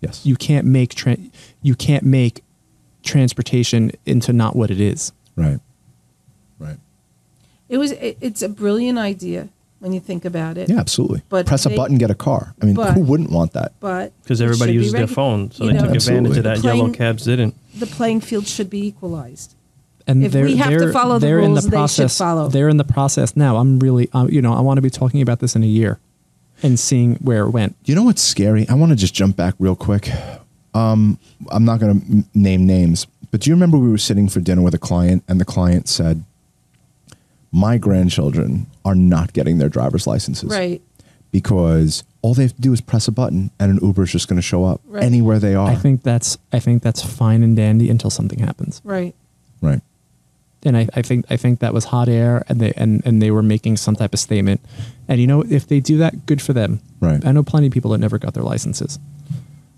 Speaker 2: yes.
Speaker 1: You can't make tra- you can't make transportation into not what it is.
Speaker 2: right. Right.
Speaker 4: It was. It, it's a brilliant idea when you think about it.
Speaker 2: Yeah, absolutely.
Speaker 4: But
Speaker 2: Press
Speaker 4: they-
Speaker 2: a button, get a car. I mean,
Speaker 4: but-
Speaker 2: who wouldn't want that?
Speaker 4: But
Speaker 3: Because
Speaker 4: it
Speaker 3: everybody
Speaker 4: should be
Speaker 3: uses their
Speaker 4: regu-
Speaker 3: phone, so
Speaker 4: you
Speaker 3: they
Speaker 4: know,
Speaker 3: took advantage
Speaker 2: Absolutely.
Speaker 3: of that.
Speaker 4: Plain-
Speaker 3: Yellow cabs didn't.
Speaker 4: The playing field should be equalized.
Speaker 1: And
Speaker 4: If
Speaker 1: they're,
Speaker 4: we have to
Speaker 1: they're,
Speaker 4: follow the
Speaker 1: they're in
Speaker 4: rules,
Speaker 1: the
Speaker 4: they should
Speaker 1: process,
Speaker 4: follow.
Speaker 1: They're in the process now. I'm really, uh, you know, I want to be talking about this in a year and seeing where it went.
Speaker 2: You know what's scary? I want to just jump back real quick. Um, I'm not going to name names, but do you remember we were sitting for dinner with a client and the client said, My grandchildren are not getting their driver's licenses.
Speaker 4: Right.
Speaker 2: Because all they have to do is press a button and an Uber is just going to show up
Speaker 4: Right.
Speaker 2: anywhere they are.
Speaker 1: I think that's I think that's fine and dandy until something happens.
Speaker 4: Right.
Speaker 2: right.
Speaker 1: And I, I think I think that was hot air, and they and, and they were making some type of statement. And you know, if they do that, good for them.
Speaker 2: Right.
Speaker 1: I know plenty of people that never got their licenses.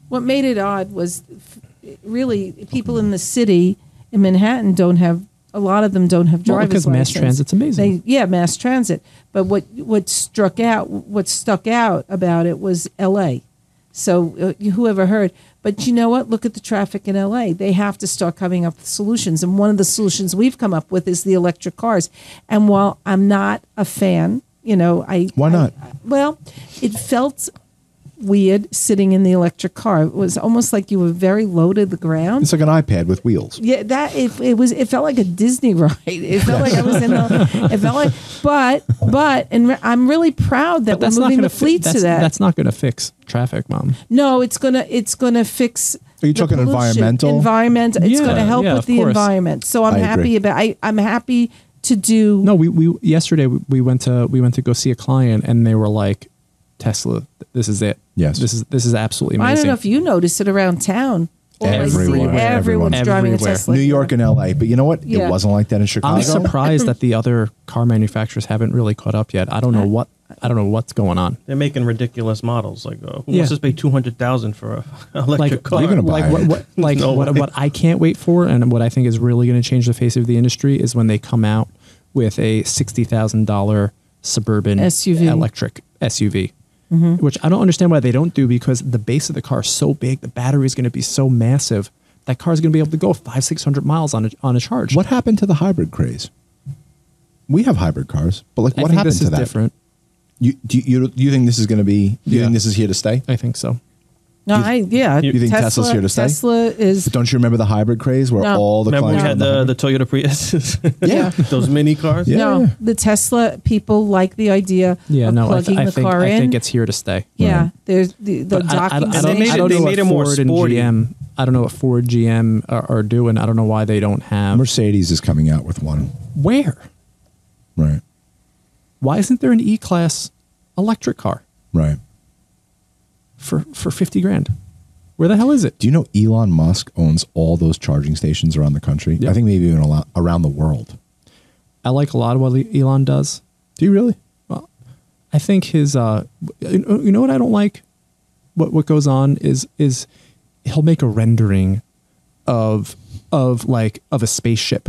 Speaker 4: What made it odd was f- really people in the city in Manhattan don't have a lot of them don't have
Speaker 1: Well,
Speaker 4: driver's
Speaker 1: because mass
Speaker 4: license.
Speaker 1: transit's amazing.
Speaker 4: They, yeah, mass transit. But what what struck out what stuck out about it was L.A. So uh, whoever heard. But you know what? Look at the traffic in LA. They have to start coming up with solutions. And one of the solutions we've come up with is the electric cars. And while I'm not a fan, you know, I
Speaker 2: Why
Speaker 4: I-
Speaker 2: not?
Speaker 4: I- well, it felt weird sitting in the electric car. It was almost like you were very low to the ground.
Speaker 2: It's like an iPad with wheels.
Speaker 4: Yeah, that it, it was. It felt like a Disney *laughs* ride. It felt like I was in a. It felt like, but but, and re- I'm really proud that
Speaker 1: But that's not
Speaker 4: we're moving
Speaker 1: going
Speaker 4: the
Speaker 1: to
Speaker 4: fleet
Speaker 1: that's,
Speaker 4: to that.
Speaker 1: That's not going to fix traffic, mom.
Speaker 4: no, it's gonna it's gonna fix.
Speaker 2: Are you
Speaker 4: the
Speaker 2: talking
Speaker 4: pollution,
Speaker 2: environmental?
Speaker 4: Environment. It's
Speaker 1: Yeah,
Speaker 4: gonna help
Speaker 1: yeah,
Speaker 4: with
Speaker 1: of
Speaker 4: the
Speaker 1: course.
Speaker 4: environment. So I'm
Speaker 2: I
Speaker 4: happy
Speaker 2: agree.
Speaker 4: about. I I'm happy to do.
Speaker 1: No, we, we yesterday we- we went to we went to go see a client and they were like, Tesla, this is it.
Speaker 2: Yes.
Speaker 1: this is this is absolutely amazing.
Speaker 4: I don't know if you notice it around town. All I see-
Speaker 2: Everywhere,
Speaker 4: everyone's
Speaker 2: everyone.
Speaker 4: driving a
Speaker 1: Everywhere.
Speaker 4: Tesla.
Speaker 2: New York and LA. But you know what?
Speaker 4: Yeah.
Speaker 2: It wasn't like that in Chicago.
Speaker 1: I'm surprised
Speaker 4: *laughs*
Speaker 1: that the other car manufacturers haven't really caught up yet. I don't know what I don't know what's going on.
Speaker 3: They're making ridiculous models. Like, uh, who
Speaker 1: Yeah.
Speaker 3: wants to pay two hundred thousand for a *laughs* electric
Speaker 1: Like,
Speaker 3: car?
Speaker 2: You're gonna buy
Speaker 1: like what,
Speaker 2: it. *laughs*
Speaker 1: what like
Speaker 3: No
Speaker 1: what,
Speaker 3: way.
Speaker 1: what I can't wait for and what I think is really going to change the face of the industry is when they come out with a sixty thousand dollar suburban
Speaker 4: SUV.
Speaker 1: electric SUV.
Speaker 4: Mm-hmm.
Speaker 1: Which I don't understand why they don't do because the base of the car is so big, the battery is going to be so massive, that car is going to be able to go five, six hundred miles on a, on a charge.
Speaker 2: What happened to the hybrid craze? We have hybrid cars, but like,
Speaker 1: I
Speaker 2: what
Speaker 1: think
Speaker 2: happened
Speaker 1: this
Speaker 2: to
Speaker 1: is
Speaker 2: that?
Speaker 1: different.
Speaker 2: You do you, you, do you think this is going to be? Do you
Speaker 1: Yeah.
Speaker 2: think this is here to stay?
Speaker 1: I think so.
Speaker 4: No, I yeah.
Speaker 2: You think Tesla's here to stay?
Speaker 4: Tesla is
Speaker 2: But don't you remember the hybrid craze where
Speaker 4: No.
Speaker 2: all the
Speaker 3: Remember we
Speaker 2: clients
Speaker 3: had the, the Toyota *laughs* Priuses?
Speaker 2: Yeah.
Speaker 3: Those mini cars?
Speaker 2: Yeah.
Speaker 4: no the Tesla people like the idea
Speaker 1: Yeah,
Speaker 4: of
Speaker 1: no, I,
Speaker 4: plugging
Speaker 1: th- I
Speaker 4: the
Speaker 1: think
Speaker 4: car
Speaker 1: I
Speaker 4: in.
Speaker 1: think it's here to stay.
Speaker 4: yeah, there's the, the
Speaker 1: But um, I- I, I,
Speaker 4: docking
Speaker 1: don't-
Speaker 3: They made
Speaker 1: I
Speaker 3: it-
Speaker 1: don't
Speaker 3: they
Speaker 1: know
Speaker 3: made
Speaker 1: what
Speaker 3: it more
Speaker 1: Ford and
Speaker 3: sporty.
Speaker 1: GM. I don't know what Ford GM are, are doing. I don't know why they don't have
Speaker 2: Mercedes is coming out with one,
Speaker 1: where.
Speaker 2: right?
Speaker 1: Why isn't there an E class electric car
Speaker 2: Right.
Speaker 1: for for fifty grand? Where the hell is it?
Speaker 2: Do you know Elon Musk owns all those charging stations around the country?
Speaker 1: Yeah.
Speaker 2: I think maybe even a lot, around the world.
Speaker 1: I like a lot of what Elon E-, does.
Speaker 2: Do you really?
Speaker 1: I I think his uh, you know you know what I don't like what what goes on is is he'll make a rendering of of like of a spaceship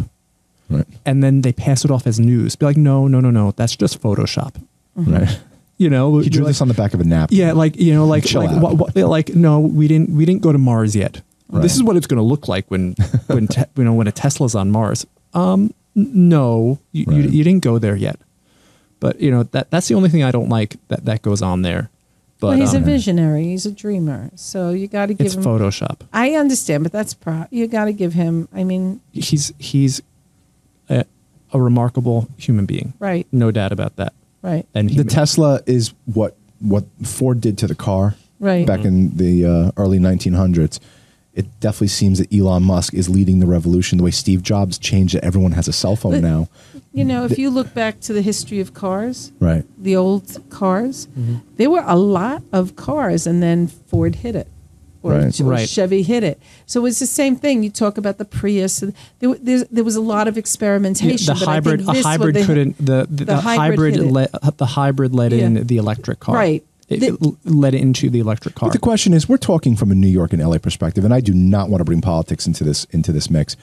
Speaker 2: Right.
Speaker 1: and then they pass it off as news. Be like, no, no, no, no, that's just Photoshop.
Speaker 2: Mm-hmm. Right.
Speaker 1: You know,
Speaker 2: He drew
Speaker 1: like,
Speaker 2: this on the back of a napkin.
Speaker 1: yeah, like you know, like
Speaker 2: Chill
Speaker 1: like
Speaker 2: out.
Speaker 1: what, what, like no, we didn't we didn't go to Mars yet.
Speaker 2: Right.
Speaker 1: This is what it's going to look like
Speaker 2: *laughs*
Speaker 1: when when te- you know when a Tesla's on Mars. Um, n- no, you, you
Speaker 2: Right.
Speaker 1: you didn't go there yet. But you know that that's the only thing I don't like that that goes on there. But
Speaker 4: well, he's
Speaker 1: um,
Speaker 4: a visionary. He's a dreamer. So you got to give
Speaker 1: it's
Speaker 4: him.
Speaker 1: Photoshop.
Speaker 4: I understand, but that's pro. You got to give him. I mean,
Speaker 1: He's he's a, a remarkable human being,
Speaker 4: right,
Speaker 1: no doubt about that.
Speaker 4: right,
Speaker 1: And he
Speaker 2: the Tesla is what what Ford did to the car
Speaker 4: right.
Speaker 2: back in the uh, early 1900s. It definitely seems that Elon Musk is leading the revolution the way Steve Jobs changed it. Everyone has a cell phone
Speaker 4: But-
Speaker 2: now,
Speaker 4: you know, if you look back to the history of cars,
Speaker 2: right?
Speaker 4: the old cars,
Speaker 3: Mm-hmm.
Speaker 4: there were a lot of cars, and then Ford hit it, or,
Speaker 2: Right.
Speaker 4: or
Speaker 1: Right.
Speaker 4: Chevy hit it. So it's the same thing. You talk about the Prius. and There, wa- there's, there was a lot of
Speaker 1: Yeah,
Speaker 4: experimentation.
Speaker 1: the
Speaker 4: but I
Speaker 1: hybrid
Speaker 4: think
Speaker 1: a
Speaker 4: this was
Speaker 1: hybrid
Speaker 4: the-
Speaker 1: couldn't the the, the hybrid,
Speaker 4: hybrid hit it.
Speaker 1: let the hybrid let
Speaker 4: Yeah.
Speaker 1: in the electric car
Speaker 4: Right.
Speaker 1: it,
Speaker 4: The-
Speaker 1: it l- let it into the electric car
Speaker 2: But the question is, we're talking from a New York and LA perspective, and I do not want to bring politics into this into this mix.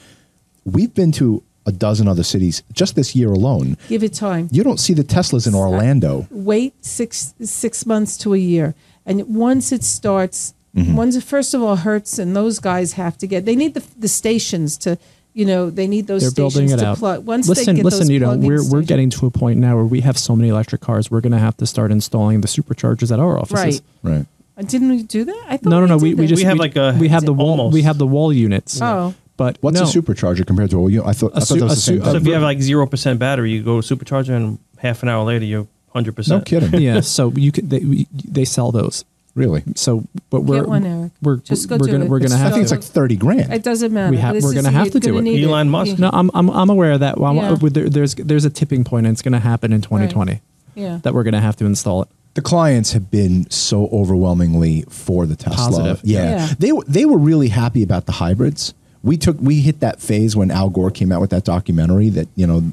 Speaker 2: We've been to a dozen other cities just this year alone.
Speaker 4: Give it time.
Speaker 2: You don't see the Teslas in Orlando.
Speaker 4: wait six six months to a year and once it starts
Speaker 3: Mm-hmm.
Speaker 4: once it first of all hurts and those guys have to get they need the, the stations to you know they need those
Speaker 1: they're building
Speaker 4: stations
Speaker 1: it
Speaker 4: to
Speaker 1: out
Speaker 4: plug once
Speaker 1: listen
Speaker 4: they get
Speaker 1: listen
Speaker 4: those
Speaker 1: you know
Speaker 4: plug-in
Speaker 1: we're we're
Speaker 4: stations-
Speaker 1: getting to a point now where we have so many electric cars we're going to have to start installing the superchargers at our offices
Speaker 4: right
Speaker 2: Right.
Speaker 4: Uh, didn't we do that i thought
Speaker 1: no no no
Speaker 4: did
Speaker 1: we, we
Speaker 4: that.
Speaker 1: just
Speaker 3: We have like a-
Speaker 1: we have the wall
Speaker 3: almost.
Speaker 1: we have the wall units
Speaker 4: Oh.
Speaker 1: but
Speaker 2: What's
Speaker 1: no,
Speaker 2: a supercharger compared to? a you I thought, I
Speaker 1: A
Speaker 2: thought
Speaker 1: su-
Speaker 2: that was
Speaker 1: a
Speaker 2: the same
Speaker 1: su-
Speaker 2: thing.
Speaker 3: So if you have like zero percent battery, you go to supercharger, and half an hour later, you're hundred
Speaker 2: no
Speaker 3: percent.
Speaker 2: kidding.
Speaker 1: *laughs* yeah so you could they, we, they sell those
Speaker 2: Really?
Speaker 1: so but we're
Speaker 4: one, Eric.
Speaker 1: we're
Speaker 4: Just go
Speaker 1: we're
Speaker 4: do
Speaker 1: gonna
Speaker 4: it.
Speaker 1: we're going to
Speaker 4: It's-
Speaker 2: I
Speaker 1: have
Speaker 2: think it's
Speaker 1: to
Speaker 2: like thirty grand.
Speaker 4: it doesn't matter
Speaker 1: have-
Speaker 4: This
Speaker 1: we're gonna
Speaker 4: is-
Speaker 1: have
Speaker 4: you're
Speaker 1: to do
Speaker 4: gonna
Speaker 1: it.
Speaker 4: need
Speaker 3: Elon Musk.
Speaker 1: no, I'm, I'm I'm aware of that. Well, I'm- uh,
Speaker 4: Yeah.
Speaker 1: with there, there's there's a tipping point, and it's going to happen in 2020
Speaker 4: yeah
Speaker 1: that we're going to have to install it.
Speaker 2: the clients have been so overwhelmingly for the Tesla.
Speaker 1: Positive.
Speaker 2: Yeah.
Speaker 4: Yeah.
Speaker 2: They were they were really happy about the hybrids. We took we hit that phase when Al Gore came out with that documentary that, you know,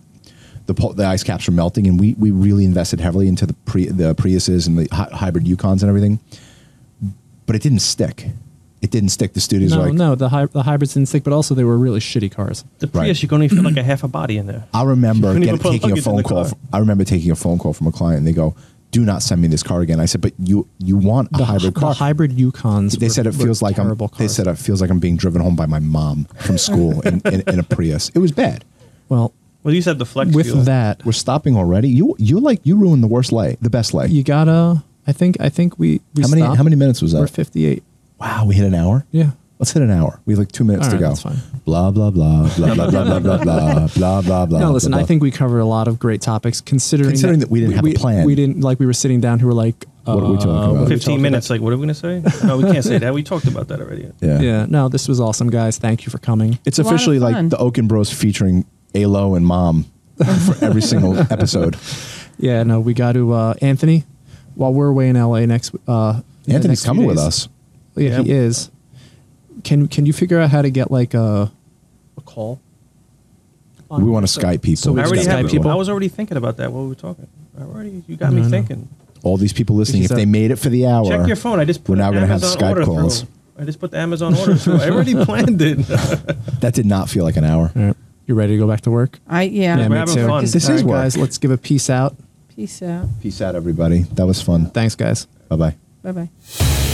Speaker 2: the pol- the ice caps were melting and we we really invested heavily into the pre, the Priuses and the hy- hybrid Yukons and everything. But it didn't stick. It didn't stick. The studios
Speaker 1: No,
Speaker 2: were like
Speaker 1: no, the hy- the hybrids didn't stick, but also they were really shitty cars.
Speaker 3: The
Speaker 2: Right.
Speaker 3: Prius, you can only fit like a half a body in
Speaker 2: *clears throat*
Speaker 3: there.
Speaker 2: I remember
Speaker 3: Couldn't
Speaker 2: get,
Speaker 3: even put
Speaker 2: taking a
Speaker 3: luggage in
Speaker 2: phone
Speaker 3: the
Speaker 2: call.
Speaker 3: car.
Speaker 2: From, I remember taking a phone call from a client and they go, "Do not send me this car again." I said, "But you you want a
Speaker 1: The
Speaker 2: hybrid
Speaker 1: hy-
Speaker 2: car?"
Speaker 1: the hybrid Yukons.
Speaker 2: they
Speaker 1: were-
Speaker 2: said it
Speaker 1: were
Speaker 2: feels like I'm.
Speaker 1: terrible
Speaker 2: They
Speaker 1: cars.
Speaker 2: said it feels like I'm being driven home by my mom from school in, in, in a Prius. It was bad.
Speaker 1: well,
Speaker 3: Well, you said the flex
Speaker 1: with
Speaker 3: fuel.
Speaker 1: that,
Speaker 2: We're stopping already. You you like you ruined the worst lay, the best lay.
Speaker 1: you gotta. I think I think we, we
Speaker 2: how many
Speaker 1: stopped.
Speaker 2: how many minutes was
Speaker 1: We're
Speaker 2: that?
Speaker 1: 58.
Speaker 2: Wow, we hit an hour.
Speaker 1: Yeah.
Speaker 2: Let's hit an hour. We have like two minutes
Speaker 1: All
Speaker 2: to
Speaker 1: right,
Speaker 2: go.
Speaker 1: that's fine.
Speaker 2: Blah blah blah blah blah blah blah blah blah blah blah blah.
Speaker 1: No, listen.
Speaker 2: blah,
Speaker 1: I
Speaker 2: blah.
Speaker 1: think we covered a lot of great topics. Considering
Speaker 2: Considering that we didn't have a plan.
Speaker 1: we didn't like we were sitting down. Who were like, uh,
Speaker 2: What are we talking about?
Speaker 1: what are we talking
Speaker 3: Fifteen minutes. Like, what are we gonna say? No, we can't say that. We talked about
Speaker 2: *laughs*
Speaker 3: that already.
Speaker 1: about?
Speaker 2: yeah.
Speaker 1: Yeah. No, this was awesome, guys. Thank you for coming.
Speaker 2: It's
Speaker 4: a lot of
Speaker 2: officially like
Speaker 4: fun.
Speaker 2: the Oaken Bros featuring Alo and Mom for every
Speaker 1: *laughs*
Speaker 2: single episode.
Speaker 1: Yeah, no, we got to uh, Anthony. While we're away in LA next, uh, in the
Speaker 2: Anthony's
Speaker 1: next few
Speaker 2: coming with
Speaker 1: days.
Speaker 2: us.
Speaker 1: Yeah, he
Speaker 3: Yeah.
Speaker 1: is. Can Can you figure out how to get like uh, a a call?
Speaker 2: We want to Skype people.
Speaker 1: so we
Speaker 3: I
Speaker 1: Which
Speaker 3: already
Speaker 1: is
Speaker 3: have.
Speaker 1: Skype people.
Speaker 3: I was already thinking about that while we were talking. I already, you got me
Speaker 1: No, no.
Speaker 3: thinking.
Speaker 2: All these people listening, if
Speaker 1: Because that-
Speaker 2: they made it for the hour,
Speaker 3: Check your phone. I just
Speaker 2: Oh,
Speaker 3: put
Speaker 2: we're now
Speaker 3: going
Speaker 2: gonna
Speaker 3: to
Speaker 2: have Skype
Speaker 3: order
Speaker 2: calls.
Speaker 3: Through. I just put the Amazon order through. I already
Speaker 2: *laughs*
Speaker 3: planned it. *laughs*
Speaker 2: That did not feel like an hour.
Speaker 1: All right. You ready to go back to work?
Speaker 4: i yeah,
Speaker 3: we're having fun.
Speaker 1: This
Speaker 3: This
Speaker 1: is
Speaker 2: is work.
Speaker 1: guys. Let's give a peace out.
Speaker 4: peace out
Speaker 2: Peace out, everybody. That was fun.
Speaker 1: Thanks, guys.
Speaker 2: Bye bye.
Speaker 4: bye-bye